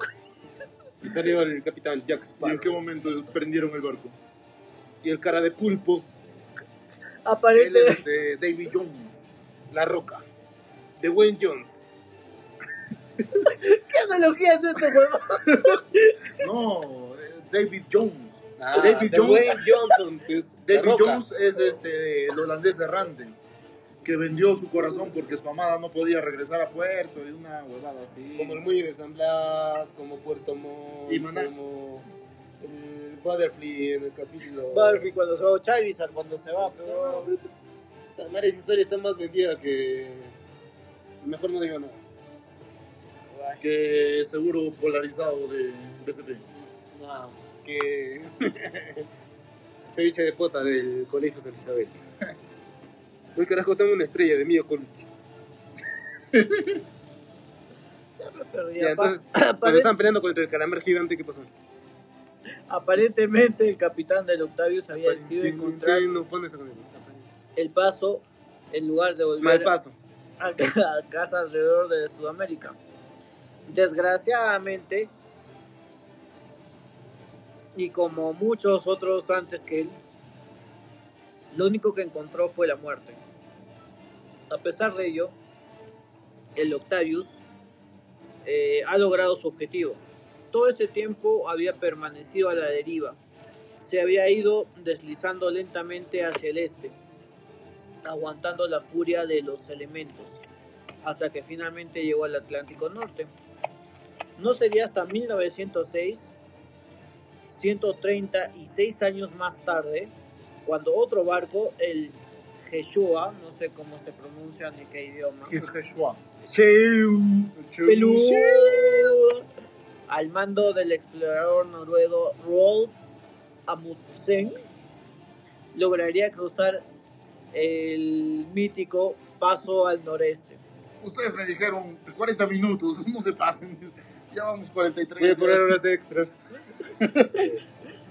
Speaker 3: Y salió el capitán Jack
Speaker 1: ¿Y en qué
Speaker 3: Sparrow.
Speaker 1: momento prendieron el barco?
Speaker 3: Y el cara de pulpo,
Speaker 1: Él es
Speaker 2: Aparente,
Speaker 1: este, David Jones.
Speaker 3: La Roca. De Wayne Jones.
Speaker 2: ¿qué analogía es este, esto, huevón?
Speaker 1: No, eh, David Jones.
Speaker 3: Ah,
Speaker 1: David
Speaker 3: de
Speaker 1: Jones.
Speaker 3: Wayne Johnson. que es La
Speaker 1: David
Speaker 3: Roca.
Speaker 1: Jones es este, el holandés errante que vendió su corazón porque su amada no podía regresar a puerto y una huevada así.
Speaker 3: Como el Muelle de San Blas, como Puerto Montt,
Speaker 1: Y Maná.
Speaker 3: como el Butterfly en el capítulo.
Speaker 2: Barfi cuando se va, Charizard cuando se va, pero.
Speaker 3: Esta madre, esa historia está más vendida que... Mejor no digo nada.
Speaker 1: Que seguro polarizado de BCP.
Speaker 3: No, que ceviche de pota del colegio San Isabel. Un carajo tengo una estrella de mío Colucci.
Speaker 2: pero ya
Speaker 3: Ya,
Speaker 2: pa-
Speaker 3: entonces, cuando
Speaker 2: aparente-
Speaker 3: estaban peleando contra el calamar gigante, ¿qué pasó?
Speaker 2: Aparentemente, el capitán del Octavius había decidido encontrar
Speaker 3: No pones con
Speaker 2: el paso en lugar de volver
Speaker 3: Mal paso.
Speaker 2: a, a casa alrededor de Sudamérica. Desgraciadamente, y como muchos otros antes que él, lo único que encontró fue la muerte. A pesar de ello, el Octavius eh, ha logrado su objetivo. Todo este tiempo había permanecido a la deriva. Se había ido deslizando lentamente hacia el este aguantando la furia de los elementos, hasta que finalmente llegó al Atlántico Norte. No sería hasta 1906, 136 años más tarde, cuando otro barco, el Jeshua, no sé cómo se pronuncia ni qué idioma,
Speaker 1: Es Quechua.
Speaker 2: Pelú, al mando del explorador noruego Rolf Amundsen, lograría cruzar el mítico paso al noreste.
Speaker 1: ustedes me dijeron 40 minutos, no se pasen. Ya vamos 43.
Speaker 3: Voy a cobrar horas extras.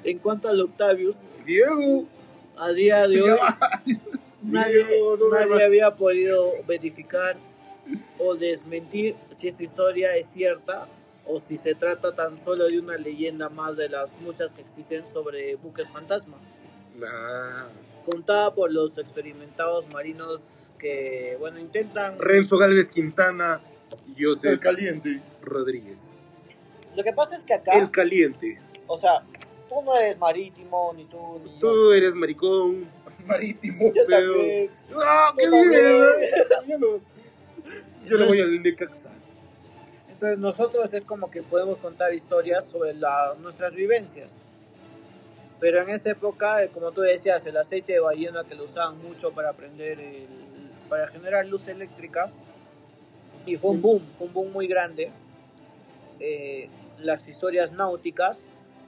Speaker 2: En cuanto al Octavius,
Speaker 3: Diego,
Speaker 2: a día de hoy nadie,
Speaker 3: Diego, no me
Speaker 2: nadie
Speaker 3: vas-
Speaker 2: había podido verificar o desmentir si esta historia es cierta o si se trata tan solo de una leyenda más de las muchas que existen sobre buques fantasma.
Speaker 3: Nah.
Speaker 2: Contada por los experimentados marinos que, bueno, intentan...
Speaker 3: Renzo Galvez Quintana y
Speaker 1: El
Speaker 3: José
Speaker 1: caliente.
Speaker 3: Rodríguez.
Speaker 2: Lo que pasa es que acá,
Speaker 3: El caliente.
Speaker 2: o sea, tú no eres marítimo, ni tú, ni yo.
Speaker 3: Tú eres maricón.
Speaker 1: Marítimo.
Speaker 2: Yo
Speaker 3: pero-
Speaker 2: también.
Speaker 3: ¡Ah, qué
Speaker 2: Yo también.
Speaker 3: bien! Yo no. Yo le
Speaker 2: Entonces-
Speaker 3: voy al Necaxa.
Speaker 2: Entonces nosotros es como que podemos contar historias sobre la- nuestras vivencias. Pero en esa época, eh, como tú decías, el aceite de ballena que lo usaban mucho para prender, el- para generar luz eléctrica, y fue un boom, fue un boom muy grande. Eh, las historias náuticas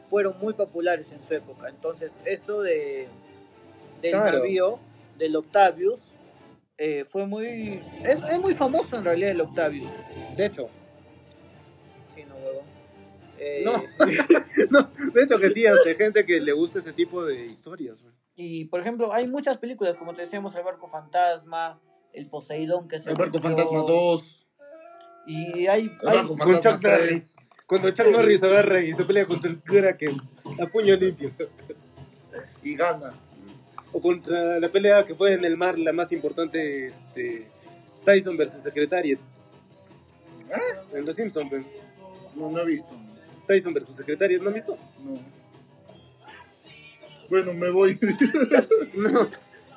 Speaker 2: fueron muy populares en su época. Entonces esto de, del
Speaker 3: Claro.
Speaker 2: navío, del Octavius, eh, fue muy... Es, es muy famoso en realidad el Octavius.
Speaker 3: De hecho.
Speaker 2: Sí, no, huevón. Eh,
Speaker 3: No. no, de hecho que sí, hay gente que le gusta ese tipo de historias. güey.
Speaker 2: Y por ejemplo, hay muchas películas, como te decíamos, El Barco Fantasma, El Poseidón, que es
Speaker 1: El barco fantasma 2.
Speaker 2: Y hay.
Speaker 1: El
Speaker 2: hay-
Speaker 1: barco
Speaker 3: Con
Speaker 1: fantasma
Speaker 3: Chuck
Speaker 1: 3.
Speaker 3: Norris. Cuando Chuck Norris agarra y se pelea contra el Kraken a puño limpio.
Speaker 1: Y gana.
Speaker 3: O contra la pelea que fue en el mar, la más importante, este, Tyson versus Secretariat.
Speaker 2: Ah.
Speaker 3: En los Simpsons, güey.
Speaker 1: No, no he visto.
Speaker 3: Tyson versus Secretariat, ¿no mismo?
Speaker 1: No. Bueno, me voy.
Speaker 3: No,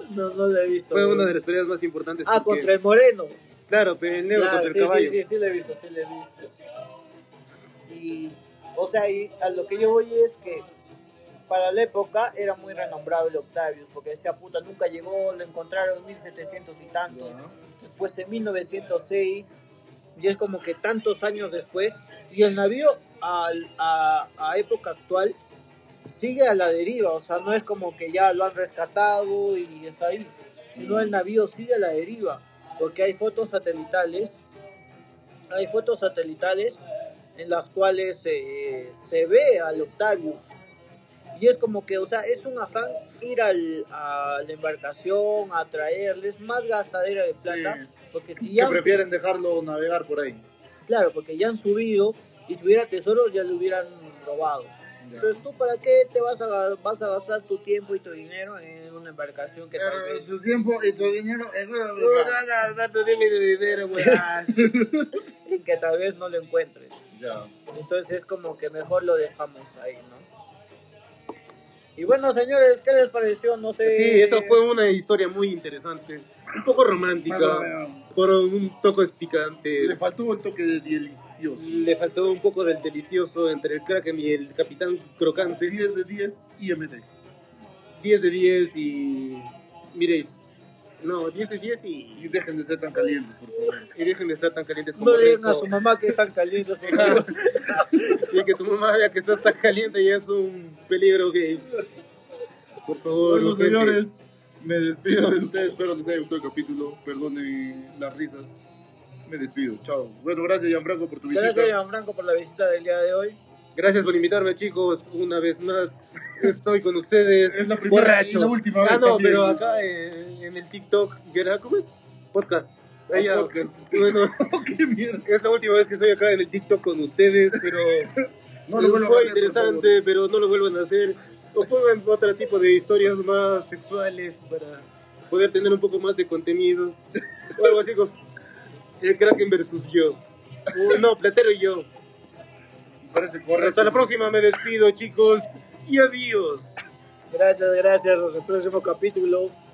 Speaker 2: No, no la he visto.
Speaker 3: fue una
Speaker 2: huevón.
Speaker 3: de las peleas más importantes.
Speaker 2: Ah,
Speaker 3: porque-
Speaker 2: contra el Moreno.
Speaker 3: Claro, pero el negro
Speaker 2: Claro,
Speaker 3: contra el
Speaker 2: sí,
Speaker 3: caballo.
Speaker 2: Sí, sí, sí, la he visto, sí, la he visto. Y. O sea, y a lo que yo voy es que. Para la época era muy renombrado el Octavius, porque decía puta, nunca llegó, lo encontraron en 1700 y tantos. después de 1906, y es como que tantos años después, y el navío al- a, a época actual sigue a la deriva, o sea, no es como que ya lo han rescatado y está ahí, sino el navío sigue a la deriva, porque hay fotos satelitales, hay fotos satelitales en las cuales eh, se ve al Octavio. Y es como que, o sea, es un afán ir al, a la embarcación, a traerles más gastadera de plata,
Speaker 1: Sí.
Speaker 2: porque si
Speaker 1: Que
Speaker 2: ya,
Speaker 1: prefieren dejarlo navegar por ahí.
Speaker 2: claro, porque ya han subido y si hubiera tesoros ya lo hubieran robado.
Speaker 1: Ya.
Speaker 2: Entonces, ¿tú para qué te vas a, vas a gastar tu tiempo y tu dinero en una embarcación que tal
Speaker 1: Pero
Speaker 2: vez...
Speaker 1: tu tiempo y tu dinero es
Speaker 2: en que tal vez no lo encuentres?
Speaker 1: Ya.
Speaker 2: Entonces es como que mejor lo dejamos ahí, ¿no? Y bueno, señores, ¿qué les pareció? No sé...
Speaker 3: Sí, eso fue una historia muy interesante, un poco romántica, por un toque
Speaker 1: Le
Speaker 3: picante.
Speaker 1: faltó el toque de delicioso.
Speaker 3: Le faltó un poco del delicioso entre el Kraken y el Capitán Crocante.
Speaker 1: 10 de 10 IMT.
Speaker 3: 10 de 10 y... Miréis, no, 10 de 10 y...
Speaker 1: Y dejen de ser tan calientes, por favor.
Speaker 3: Y dejen de estar tan calientes como
Speaker 2: No le digan a
Speaker 3: Renzo.
Speaker 2: su mamá que están calientes.
Speaker 3: Y que tu mamá vea que estás tan caliente ya es un peligro que... Por favor,
Speaker 1: Bueno,
Speaker 3: gente.
Speaker 1: señores, me despido de ustedes. Espero les haya gustado el capítulo. Perdonen las risas. Me despido. Chao. Bueno, gracias, Gianfranco, por tu visita.
Speaker 2: Gracias, Gianfranco, por la visita del día de hoy.
Speaker 3: Gracias por invitarme, chicos. Una vez más estoy con ustedes.
Speaker 1: Es la primera y la última vez
Speaker 3: Ah, no,
Speaker 1: también.
Speaker 3: pero acá eh, en el TikTok, que era- ¿cómo es? Podcast. Ah, ya.
Speaker 1: Podcast.
Speaker 3: Bueno,
Speaker 1: ¡Qué mierda!
Speaker 3: es la última vez que estoy acá en el TikTok con ustedes, pero
Speaker 1: No lo vuelvo a
Speaker 3: fue
Speaker 1: hacer, por
Speaker 3: interesante, pero no lo vuelvan a hacer. O pongan otro tipo de historias más sexuales para poder tener un poco más de contenido. O algo así como el Kraken versus yo. O, no, Platero y yo.
Speaker 1: favor. Me parece correcto.
Speaker 3: Hasta la próxima, me despido, chicos. Y adiós.
Speaker 2: Gracias, gracias. Hasta el próximo capítulo.